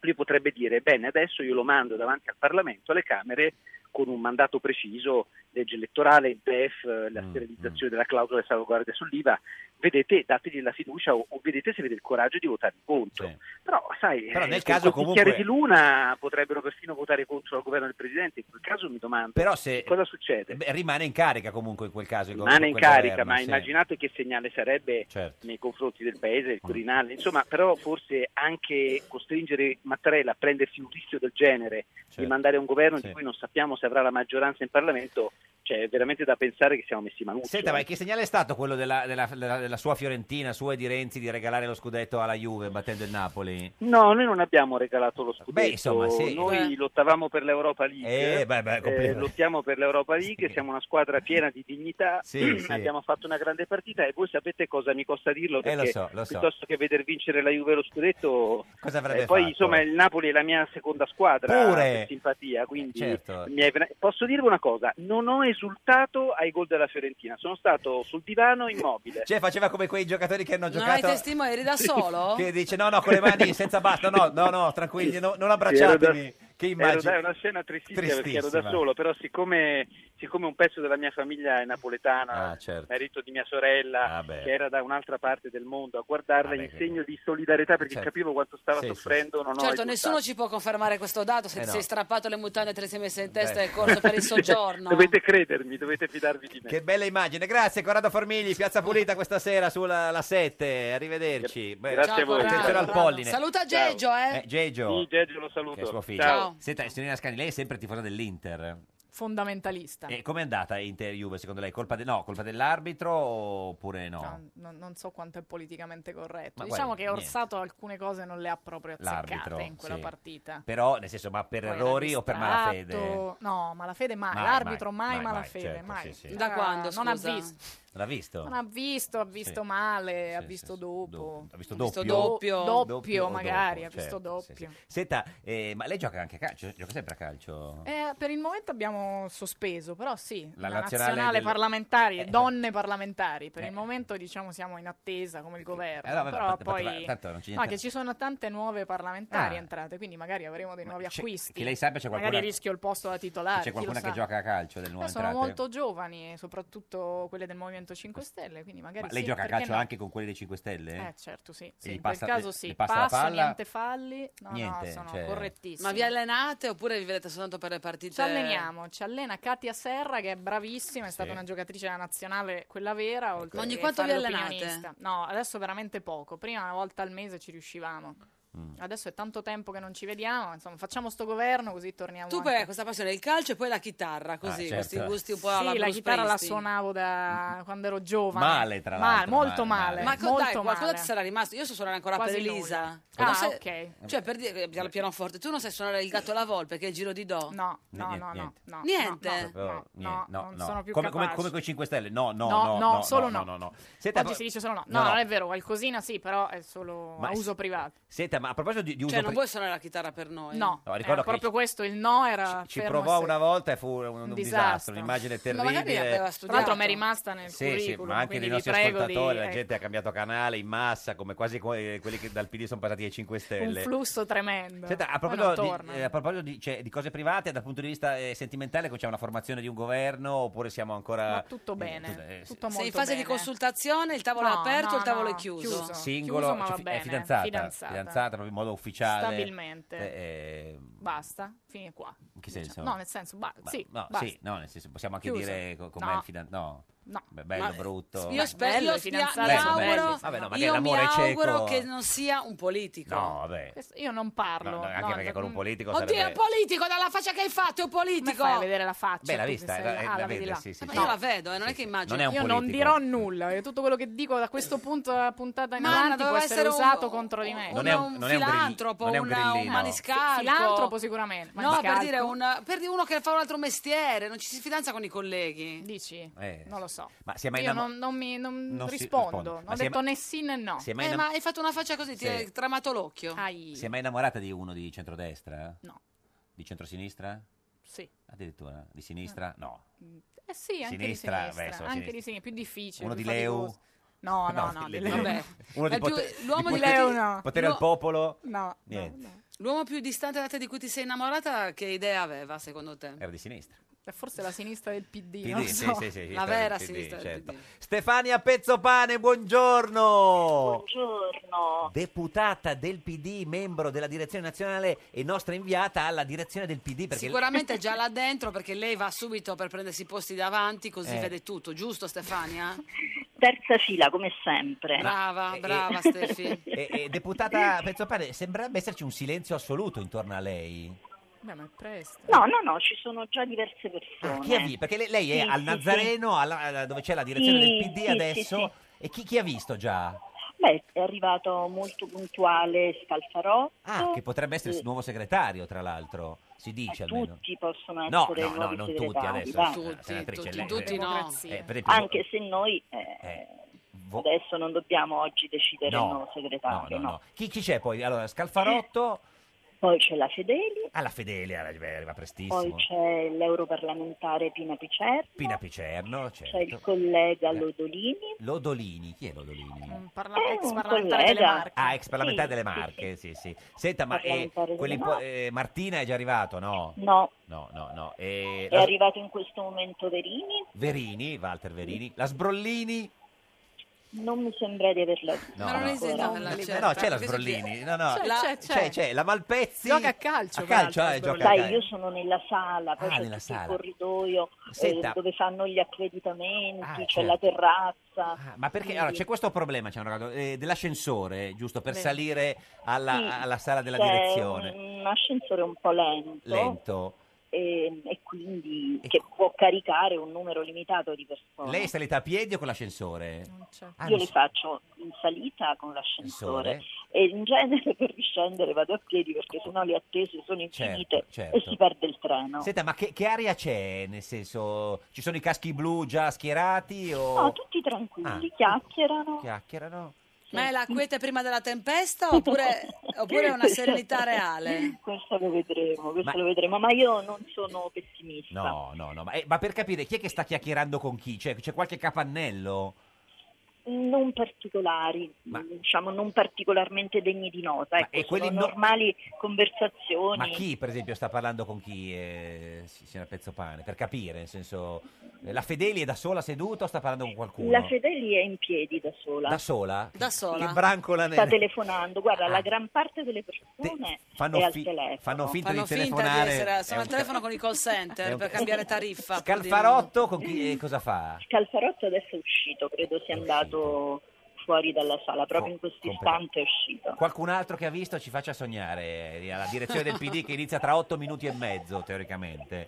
lui potrebbe dire, bene, adesso io lo mando davanti al Parlamento, alle Camere, con un mandato preciso, legge elettorale, il PEF, eh, Mm, la sterilizzazione della clausola di salvaguardia sull'IVA, vedete, dategli la fiducia o, o vedete se avete il coraggio di votare contro. Però, sai, Però nel eh, caso con quel comunque- bicchiere di luna potrebbero perfino votare contro il governo del Presidente, in quel caso mi domando Però se... cosa succede. Beh, Eh, rimane in carica comunque in quel caso. il Rimane in quel carica, governo, ma sì. immaginate che segnale sarebbe Certo. Mm. nei confronti del paese, il Quirinale, insomma, però forse anche costringere Mattarella a prendersi un rischio del genere di Certo. mandare un governo Sì. di cui non sappiamo se avrà la maggioranza in Parlamento, cioè è veramente da pensare che siamo messi eh. maluccio. Senta, ma che segnale è stato quello della, della- della- della sua Fiorentina, sua e di Renzi, di regalare lo scudetto alla Juve battendo il Napoli? No, noi non abbiamo regalato lo scudetto, Beh, insomma, sì. Ecco, noi Eh. lottavamo per l'Europa League, Eh, beh, beh, complimenti. lottiamo per l'Europa League, siamo una squadra piena di dignità, Sì, sì. abbiamo fatto una grande partita e voi sapete cosa mi costa dirlo, Eh, lo perché so, lo so. piuttosto che veder vincere la Juve lo scudetto, Cosa avrebbe eh, poi fatto? insomma il Napoli è la mia seconda squadra Pure. per simpatia, quindi Eh, certo. mi è- posso dirvi una cosa, non ho esultato ai gol della Fiorentina, sono stato sul divano immobile. Cioè, faceva come quei giocatori che hanno Non giocato... hai testimoni, eri da solo? Che dice no, no, con le mani senza basta, no, no, no, tranquilli, no- non abbracciatemi. Ero da- Che ero da- immagine. È una scena tristissima perché ero Tristissima. da solo, però siccome, siccome un pezzo della mia famiglia è napoletana, Ah, certo. Ah, merito di mia sorella, beh. Ah, che era da un'altra parte del mondo a guardarla, in segno di solidarietà perché Certo. capivo quanto stava Sì, sì, soffrendo. Non ho Certo, esultato. nessuno ci può confermare questo dato, se Eh, ti no. sei strappato le mutande te le sei messe in testa Beh. e è corso per il soggiorno. dovete credermi, dovete fidarvi di me. Che bella immagine, grazie Corrado Formigli, Piazza Pulita questa sera sulla la 7, arrivederci. Beh, Grazie a voi. Attenzione al polline. Saluta Geggio, eh. Eh, Geggio. Sì, Geggio lo saluto. Che è suo figlio. Ciao. Senta, signorina Scani, lei è sempre tifosa dell'Inter. Fondamentalista. E com'è andata Inter-Juve secondo lei? Colpa, de- no, colpa dell'arbitro oppure no? Cioè, Non, non so quanto è politicamente corretto. Ma diciamo guarda, che Orsato alcune cose non le ha proprio azzeccate L'arbitro, in quella sì. partita. Però, nel senso, ma per Poi era errori o per malafede? distratto. No, malafede mai. Mai, L'arbitro mai, mai, mai, mai, malafede. certo, mai. sì, sì. Da Ah, quando, Non ha scusa? visto. L'ha visto? Non ha visto, ha visto Sì. male, ha sì, visto sì, dopo. Ha visto Ha doppio? visto doppio, doppio, Doppio o magari, dopo, ha visto certo, sì, doppio. sì. Senta, eh, ma lei gioca anche a calcio? Gioca sempre a calcio? Eh, per il momento abbiamo sospeso, però sì, La la, nazionale nazionale, del- parlamentari, Eh. donne parlamentari, per Eh. il momento diciamo siamo in attesa come il governo, Eh, no, vabbè, però ma- ma- poi ma- tanto non c'è no, niente- che ci sono tante nuove parlamentari Ah. entrate, quindi magari avremo dei nuovi c'è- acquisti. che lei sappia c'è qualcuna- Magari rischio il posto da titolare, C'è chi lo qualcuna che sa. gioca a calcio del Eh, nuovo sono entrate? molto giovani, soprattutto quelle del Movimento 5 Stelle, quindi magari Ma lei sì, gioca a perché calcio no? anche con quelli dei 5 Stelle? Eh, certo, sì. E Sì, gli in passa- quel caso le- sì. le passa la Passo, palla? niente falli. No, Niente, no, sono cioè- correttissimi. Ma vi allenate oppure vi vedete soltanto per le partite? Ci alleniamo, ci allena Katia Serra che è bravissima, è stata Sì. una giocatrice della nazionale, quella vera. Oltre Ogni che quanto fare vi allenate? l'opinionista. No, adesso veramente poco. Prima una volta al mese ci riuscivamo. Mm. Adesso è tanto tempo che non ci vediamo, insomma, facciamo sto governo così torniamo. Tu poi hai questa passione, il calcio e poi la chitarra, così, Ah, certo. Mm. questi gusti un po' Sì, alla la Bruce chitarra la Springsteen. suonavo da quando ero giovane. Male, tra l'altro, molto male, male. Ma co- molto dai, qualcosa male. ti sarà rimasto. Io so suonare ancora Quasi per nulla. Elisa. Ah, Non sai- ok. Cioè, per dire al pianoforte, tu non sai suonare il gatto e la volpe, che è il giro di do? No, No, no, niente, no, niente. no. Niente? Proprio niente, no, non no. sono più come, come, capace. come con i 5 Stelle? No, no, No, no, no, solo no, no. no, no. Senta, Oggi pro- si dice solo no. no, No, no. non è vero, qualcosina sì, però è solo Ma a è- uso privato. Senta, ma a proposito di, di uso Cioè, non pri- vuoi suonare la chitarra per noi? No, No, ricordo era che proprio questo, il no era ci fermo e provò secco. una volta e fu un, un disastro, disastro. un'immagine Ma terribile. magari aveva Tra l'altro mi è rimasta nel Sì, sì, curriculum, ma anche quindi nei vi nostri prego di- ascoltatori la ecco, gente ha cambiato canale in massa, come quasi que- quelli che dal PD sono passati ai 5 un Stelle. flusso tremendo. Senta, a Poi non proposito, torna. di, eh, a proposito di- cioè, di cose private, dal punto di vista eh, sentimentale, c'è una formazione di un governo oppure siamo ancora... Ma tutto bene, eh, tutto Sei in molto fase bene. di consultazione, il tavolo è No, aperto no, il tavolo no, è chiuso? chiuso. singolo, Chiuso, ma cioè, va fi- è bene, fidanzata, fidanzata. fidanzata proprio in modo ufficiale. Stabilmente. Eh, eh, Basta, fine qua. in che senso? No, nel senso, ba- Ma- sì, eh, no, basta. sì, no, nel senso, possiamo anche Chiuso. dire co- com'è No. il fidanzato. No. No. Beh, bello, Ma- brutto. Io, spe- Bello, io i spia- fidanzati mi sono auguro, belli. Vabbè, no, ma che io mi l'amore cieco- auguro che non sia un politico. No, vabbè. Questo- Io non parlo. No, no, anche no, mm. perché con un politico Oddio, è un sarebbe... politico, dalla faccia che hai fatto, è un Come politico. fai a vedere la faccia? Beh, l'ha tu che vista, eh, sei- la- ah, la la vede, vedi là. sì, sì, Eh, Ma ma io la vedo, eh, non è che immagino. Non è un Io non politico. dirò nulla, eh, tutto quello che dico da questo punto eh, puntata in Ma avanti doveva può essere, essere un- usato contro di me. Non è un- non è un grill- filantropo, non è un una- grillino. un maniscalco. Filantropo sicuramente. No, per maniscalco. dire, un- per dire uno che fa un altro mestiere, non ci si fidanza con i colleghi. Dici? Eh, Non lo so. Ma si è mai Io innamo- non, non mi non Non si risponde. rispondo. Non Ma ho si è detto mai- né sì né no. si è mai Eh, innam- ma hai fatto una faccia così, Sì. ti è tramato l'occhio. Ai, Si è mai innamorata di uno di centrodestra? No. Di centrosinistra? sì. Addirittura? Di sinistra? No. Eh sì, Sinistra, anche di sinistra. beh, insomma, anche sinistra. di sinistra, più difficile. Uno più di Leu? Eh faticoso. No, no, No, no, di di Leu. Leu. Vabbè. Uno di È più- pote- l'uomo di di potere- Leo, no. Potere No. al popolo? No, Niente. L'uomo più distante da te di cui ti sei innamorata, che idea aveva secondo te? Era di sinistra. Eh, forse la sinistra del PD, PD, non sì, so. sì, sì, sì, La sta- vera PD, sinistra del certo. PD. Stefania Pezzopane, buongiorno. Buongiorno. Deputata del PD, membro della direzione nazionale e nostra inviata alla direzione del PD. Perché Sicuramente è già là dentro perché lei va subito per prendersi i posti davanti, così Eh. vede tutto, giusto Stefania? Terza fila, come sempre. Brava, Eh, brava eh. Stefi. E, e deputata Pezzopane, sembrerebbe esserci un silenzio assoluto intorno a lei. Beh, ma è presto. No, no, no, ci sono già diverse persone. Ah, chi ha vi- Perché lei, lei è Sì, al sì, Nazareno, alla- alla- eh, dove c'è la direzione Sì, del PD sì, sì, adesso. E chi, chi ha visto già? sì. Beh, è arrivato molto puntuale Scalfarotto. Ah, che potrebbe essere il Sì. nuovo segretario, tra l'altro. Si dice almeno. Ah, Tutti possono No, essere no, no, nuovi non tutti segretari, adesso. va. eh, senatrice, tutti, lei- tutti eh, no. eh, per esempio, Anche se noi eh, vo- adesso non dobbiamo oggi decidere No, il nuovo no, segretario, no, no. Eh, no. Chi, chi c'è poi? Allora, Scalfarotto. Poi c'è la Fedeli, Alla Fedele, alla- beh, arriva poi prestissimo. c'è l'europarlamentare Pina Picer, Pina Picerno, c'è il certo. collega Lodolini, Lodolini, chi è Lodolini? Mm, Parla- Eh, ex un parlamentare delle collega. Marche. Ah, ex parlamentare Sì, delle sì, Marche, sì, sì. Senta, ma eh, Parlamentare delle quelli po- Marche. eh, Martina è già arrivato, no? no, No, no, no. E è la- arrivato in questo momento Verini, Verini, Walter Verini. La Sbrollini? non mi sembra di averla Ma vista non ancora. esiste no, quella no, certa, no, cioè, c'è la perché Sbrollini. se- No, no. C'è, la- c'è, c'è. la Malpezzi. Gioca a calcio, A calcio, peraltro, eh, gioca a Sai, calcio. io sono nella sala, poi Ah, c'è nella tutto sala. il corridoio eh, Senta. dove fanno gli accreditamenti, Ah, c'è certo. Ah, la terrazza. Ma perché allora, c'è questo problema c'è un ragazzo, eh, dell'ascensore, giusto per Beh. salire alla, Sì, alla sala della c'è direzione? Un ascensore un po' lento, Lento. E, e quindi che può caricare un numero limitato di persone. Lei è salita a piedi o con l'ascensore? Ah, Io non le so. faccio in salita con l'ascensore Ascensore. e in genere per discendere vado a piedi perché sennò le attese sono infinite Oh. certo. e si perde il treno. Senta, ma che, che aria c'è? Nel senso, ci sono i caschi blu già schierati o No, tutti tranquilli, Oh. Ah. chiacchierano. chiacchierano? Ma è la quiete prima della tempesta oppure, oppure è una serenità reale? Questo lo vedremo, questo Ma- lo vedremo, ma io non sono pessimista. No, no, no, ma, eh, ma per capire chi è che sta chiacchierando con chi? Cioè, c'è qualche capannello? non particolari, diciamo non particolarmente degni di nota, ecco, e quelli sono no- normali conversazioni. Ma chi, per esempio, sta parlando con chi, eh, si- signora Pezzopane? Per capire, nel senso, eh, la Fedeli è da sola seduta o sta parlando con qualcuno? La Fedeli è in piedi da sola. Da sola? Da sola. Che brancola Sta nel... telefonando, guarda, la gran parte delle persone è Fanno, al fi- telefono. fanno finta Fanno di finta telefonare. di essere, È sono al un telefono con i call è center un per ca- cambiare tariffa. ca- Scalfarotto con chi, eh, cosa fa? Scalfarotto adesso è uscito, credo Eh, sia andato fuori dalla sala, proprio in questo istante è uscito. Qualcun altro che ha visto ci faccia sognare eh, alla direzione del PD che inizia tra otto minuti e mezzo teoricamente.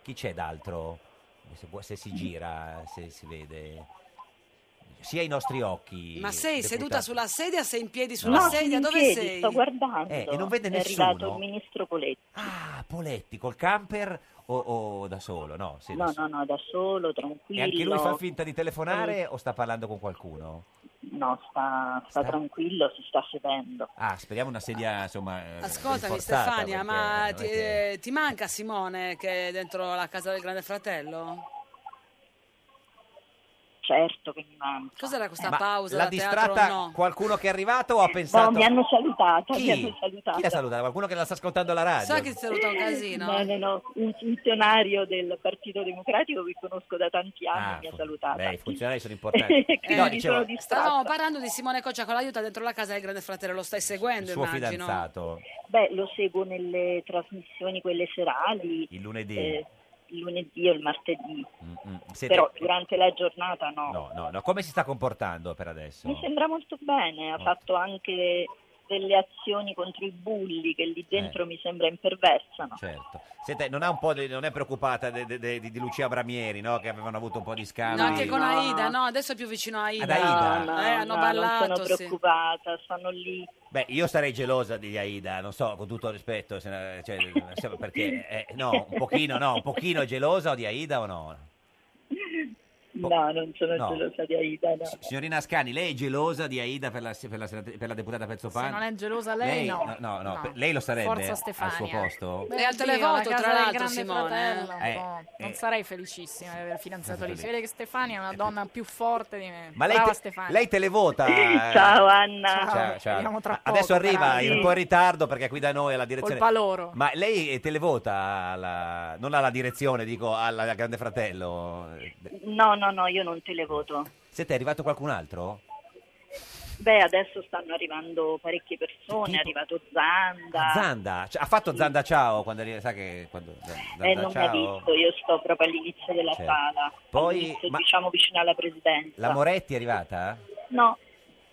Chi c'è d'altro? Se, può- se si gira, se si vede. Sia ai nostri occhi. Ma sei deputato. seduta sulla sedia, sei in piedi No, sulla sono sedia, in dove piedi, sei? sto guardando. Eh, e non vede è nessuno? arrivato il ministro Poletti. Ah, Poletti col camper o, o da solo? No, sì, da No, solo. no, no, da solo, tranquillo. E anche lui fa finta di telefonare o sta parlando con qualcuno? No, sta, sta tranquillo, si sta sedendo. Ah, speriamo una sedia, insomma. eh, Ascoltami rinforzata, Stefania, perché ma non è ti, che- eh, ti manca Simone che è dentro la casa del grande fratello? Certo che mi manca. Cos'era questa Ma pausa L'ha da distratta teatro o no? qualcuno che è arrivato o ha pensato... mi hanno salutato, Chi? mi hanno salutato. Chi l'ha salutata? Qualcuno che la sta ascoltando alla radio? Sa che ti saluta un casino? No, no, no, un funzionario del Partito Democratico che conosco da tanti anni Ah, mi ha fu- salutato. Beh, i funzionari sono importanti. Quindi no, dicevo, sono di- Stavamo parlando di Simone Coccia con l'aiuto dentro la casa del grande fratello, lo stai il seguendo suo immagino? fidanzato, Beh, lo seguo nelle trasmissioni, quelle serali, il lunedì. eh, il lunedì o il martedì, Mm, mm. Siete- però durante la giornata no. No, no, no. Come si sta comportando per adesso? Mi sembra molto Ah. bene, ha fatto anche delle azioni contro i bulli che lì Eh. dentro mi sembra imperversano. Certo. Senta, non, ha un po' di- non è preoccupata de- de- de- di, di Lucia Bramieri, no? Che avevano avuto un po' di scambi. No, anche con No. Aida, no, adesso è più vicino a Aida. Ad Aida? No, Eh, hanno no, non ballato, sono sì. preoccupata, sono lì. Beh, io sarei gelosa di Aida, non so, con tutto il rispetto, se ne- cioè, se- perché, eh, no, un pochino, no, un pochino è gelosa di Aida o no? No, non sono no. gelosa di Aida. no. Signorina Ascani, lei è gelosa di Aida per la, per la, senat- per la deputata Pezzopane? Se non è gelosa lei, no. no, no, no, per- lei lo sarebbe Forza al suo Stefania. posto? Beh, E al Oddio, televoto, la casa tra del l'altro, Grande Simone, Fratello, eh. no. Eh, eh. non sarei felicissima di aver fidanzato lì. Si Sì. Eh. vede che Stefania è una donna più forte di me. Ma lei, Brava te- Stefania. lei televota? eh? Ciao Anna. Ciao, ciao. vediamo tra A- poco, Adesso arriva bravi. in- un po' in ritardo perché qui da noi alla direzione. Colpa loro. Ma lei eh, è televota alla- non alla direzione, dico alla, alla Grande Fratello. No, no, no, io non televoto. Siete è arrivato qualcun altro? Beh, adesso stanno arrivando parecchie persone, è arrivato Zanda. Zanda, Cioè, ha fatto Zanda Ciao quando arriva, sa che quando Z- Zanda Eh, non mi ha Ciao. visto, io sto proprio all'inizio della Certo. sala, Poi, all'inizio, ma- diciamo vicino alla presidenza. La Moretti è arrivata? No,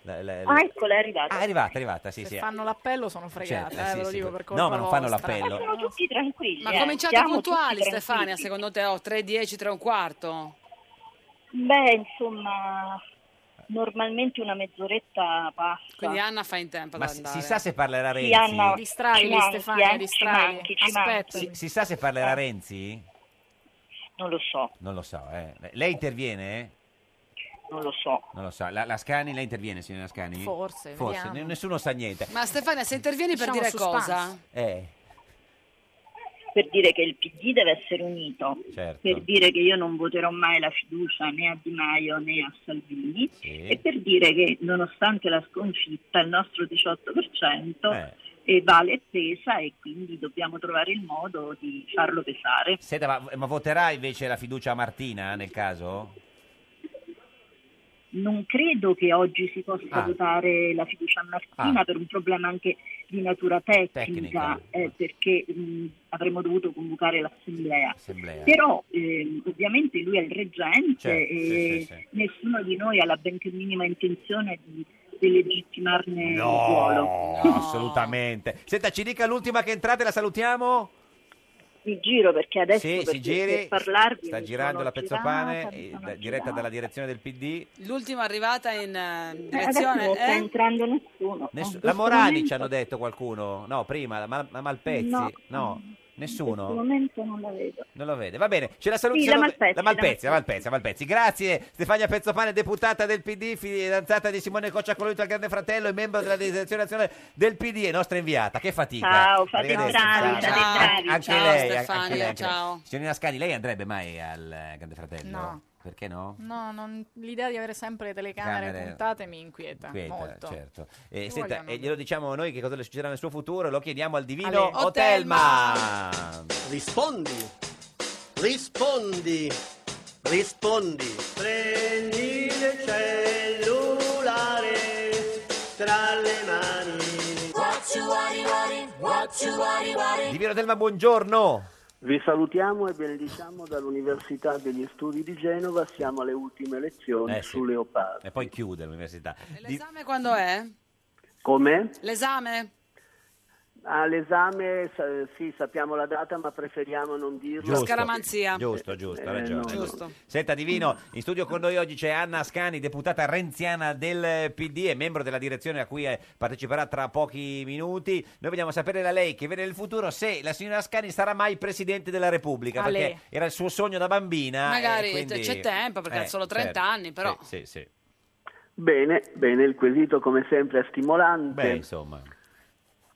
La- la- ah, eccola, è arrivata. Ah, è arrivata, è arrivata, sì, Se sì. fanno l'appello sono fregata, Certo, eh, sì, ve lo sì, dico per- per colpa no, ma non fanno vostra. l'appello. Sono tutti tranquilli. Ma eh, cominciate siamo puntuali, tutti Stefania, tranquilli. secondo te? oh, O 3.10, 3 un quarto? Beh, insomma, normalmente una mezz'oretta passa. Quindi Anna fa in tempo Ma ad si, andare. si sa se parlerà Renzi? Sì, Anna, Distrai, ci manchi, Stefania, eh, distrai. Ci manchi, ci Aspetta. manchi. Si, si sa se parlerà Renzi? Non lo so, Non lo so, eh. Lei interviene? non lo so. Non lo so. La, la Scani, lei interviene, signora Scani? Forse, Forse, vediamo. ne- nessuno sa niente. Ma Stefania, se intervieni per Diciamo dire suspense. cosa? Eh, per dire che il PD deve essere unito, certo. per dire che io non voterò mai la fiducia né a Di Maio né a Salvini Sì. e per dire che nonostante la sconfitta il nostro 18% eh, vale e pesa e quindi dobbiamo trovare il modo di farlo pesare. Senta, ma, ma voterà invece la fiducia a Martina eh, nel caso? Non credo che oggi si possa Ah. votare la fiducia a Martina Ah. per un problema anche di natura tecnica, Tecnica. eh, perché mh, avremmo dovuto convocare l'assemblea. Assemblea. Però ehm, ovviamente lui è il reggente Certo, e sì, sì, sì. nessuno di noi ha la benché minima intenzione di delegittimarne il No, ruolo. assolutamente. Senta, ci dica l'ultima che entrate, la salutiamo? Mi giro perché adesso sì, si perché giri. per parlarvi Sta mi girando sono la Pezzopane, girata, mi eh, sono da- diretta girata. dalla direzione del PD. L'ultima arrivata in eh, Eh, adesso non direzione sta è... entrando nessuno. Ness- In la questo Morani momento- ci hanno detto qualcuno? No, prima, la, Mal- la Malpezzi? No. In questo nessuno? momento non la vedo. Non lo vede, va bene, ce la saluti- Sì, ce la lo- Malpezzi, la Malpezzi, la la Malpezzi, la Malpezzi. Grazie Stefania Pezzopane, deputata del PD, fidanzata di Simone Coccia con al Grande Fratello e membro della direzione nazionale del PD e nostra inviata. Che fatica. Ciao, fate i Arrivederci. bravi, Ciao. fate i bravi. Anche Ciao, lei, anche Stefania, lei, anche lei. ciao. Signorina Scani, lei andrebbe mai al eh, Grande Fratello? No. Perché no? No, non- l'idea di avere sempre le telecamere Camere- puntate mi inquieta, Quieta, molto. certo. Ci Eh, senta, vogliono. e glielo diciamo noi che cosa le succederà nel suo futuro, lo chiediamo al divino Ale. Otelma. Rispondi, rispondi, rispondi. Prendi il cellulare tra le mani. What you worry, worry, what you worry, worry. Divino Otelma, buongiorno. Vi salutiamo e benediciamo dall'Università degli Studi di Genova, siamo alle ultime lezioni Eh, sì. su Leopardi. E poi chiude l'università. Di- L'esame quando è? Come? L'esame? All'esame sa- sì, sappiamo la data, ma preferiamo non dirlo. Giusto. Giusto, giusto, ha Eh, ragione. no, ha no. ragione. Senta Divino, in studio con noi oggi c'è Anna Ascani, deputata renziana del PD e membro della direzione a cui eh, parteciperà tra pochi minuti. Noi vogliamo sapere da lei che vede nel futuro se la signora Ascani sarà mai presidente della Repubblica, Ale. perché era il suo sogno da bambina. Magari e quindi- c'è tempo, perché Eh, ha solo 30 certo. anni, però... Sì, sì. Bene, bene, il quesito come sempre è stimolante. Beh, insomma,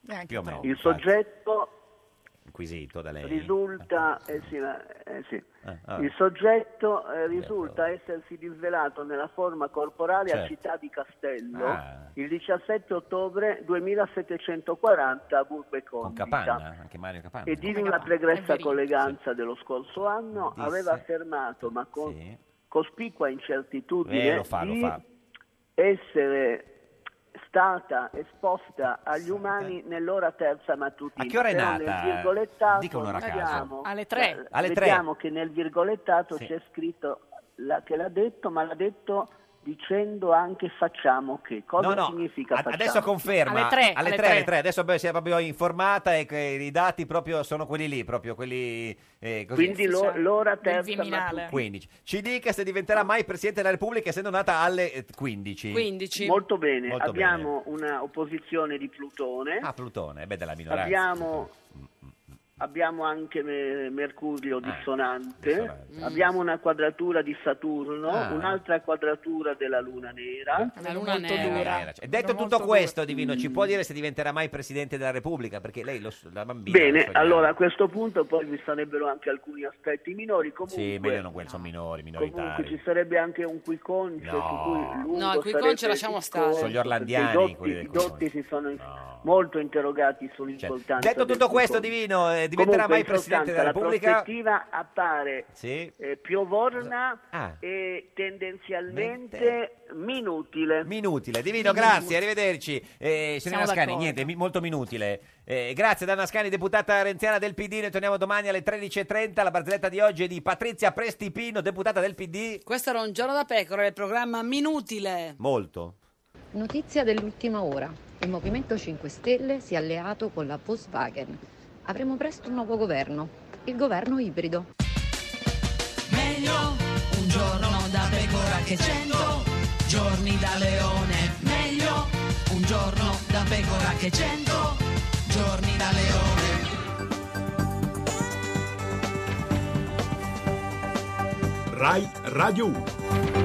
Neanche più o meno. Il soggetto Inquisito da lei. risulta, eh sì, ma- eh sì. Ah, ah. Il soggetto eh, risulta essersi disvelato nella forma corporale a Certo. Città di Castello Ah. il 17 ottobre 2740 a Burbe Con Condita. Capanna, anche Mario Capanna. E di una pregressa colleganza dello scorso anno Disse- aveva affermato, ma con cospicua incertitudine, Eh, lo fa, lo di fa. essere stata esposta agli umani nell'ora terza mattutina. A che ora è Però nata? Nel virgolettato Dica un'ora a caso. vediamo- Alle tre. eh, Alle tre. vediamo che nel virgolettato Sì. c'è scritto la- che l'ha detto, ma l'ha detto dicendo anche facciamo che. Cosa No, no, significa Ad- facciamo? Adesso conferma. Alle tre, alle tre, alle tre. tre. Adesso beh, si è proprio informata e che i dati proprio sono quelli lì, proprio quelli... eh, così. Quindi lo- l'ora terza mattutina. 15. Ci dica se diventerà mai Presidente della Repubblica essendo nata alle eh, 15. Molto bene, Molto abbiamo una opposizione di Plutone, Ah, Mm, Plutone, beh, della minoranza. abbiamo, abbiamo anche me- Mercurio dissonante, Eh, dissonante. abbiamo una quadratura di Saturno, Ah. un'altra quadratura della Luna Nera. La Luna Molto Eh, dura. eh, cioè, detto tutto questo, Divino, ci può dire se diventerà mai Presidente della Repubblica? Perché lei, lo, la bambina... lo Bene, sognava. allora a questo punto poi vi sarebbero anche alcuni aspetti minori, Sì, meglio comunque, non quelli, sono minori, comunque ci minoritari. sarebbe anche un quiconcio No. su cui lungo No, il quiconcio sarebbe lasciamo il stare. discorso, Sono gli perché orlandiani i dotti, quelli del i dotti si sono in- molto interrogati sull'importanza Cioè, Detto del tutto questo, quiconcio. Divino, eh, diventerà Comunque, mai in Presidente sostanza, della La Repubblica? prospettiva appare Sì. eh, piovorna Ah. e tendenzialmente minutile. Inutile, divino, grazie, arrivederci. Eh, signora Siamo Ascani, d'accordo. niente, mi- molto minutile. Eh, grazie ad Anna Ascani, deputata renziana del PD. Noi torniamo domani alle 13.30. La barzelletta di oggi è di Patrizia Prestipino, deputata del PD. Questo era un giorno da pecora, il programma Minutile. Molto. Notizia dell'ultima ora. Il Movimento 5 Stelle si è alleato con la Volkswagen. Avremo presto un nuovo governo, il governo ibrido. Meglio un giorno da pecora che cento giorni da leone. Meglio un giorno da pecora che cento giorni da leone. Rai Radio 1.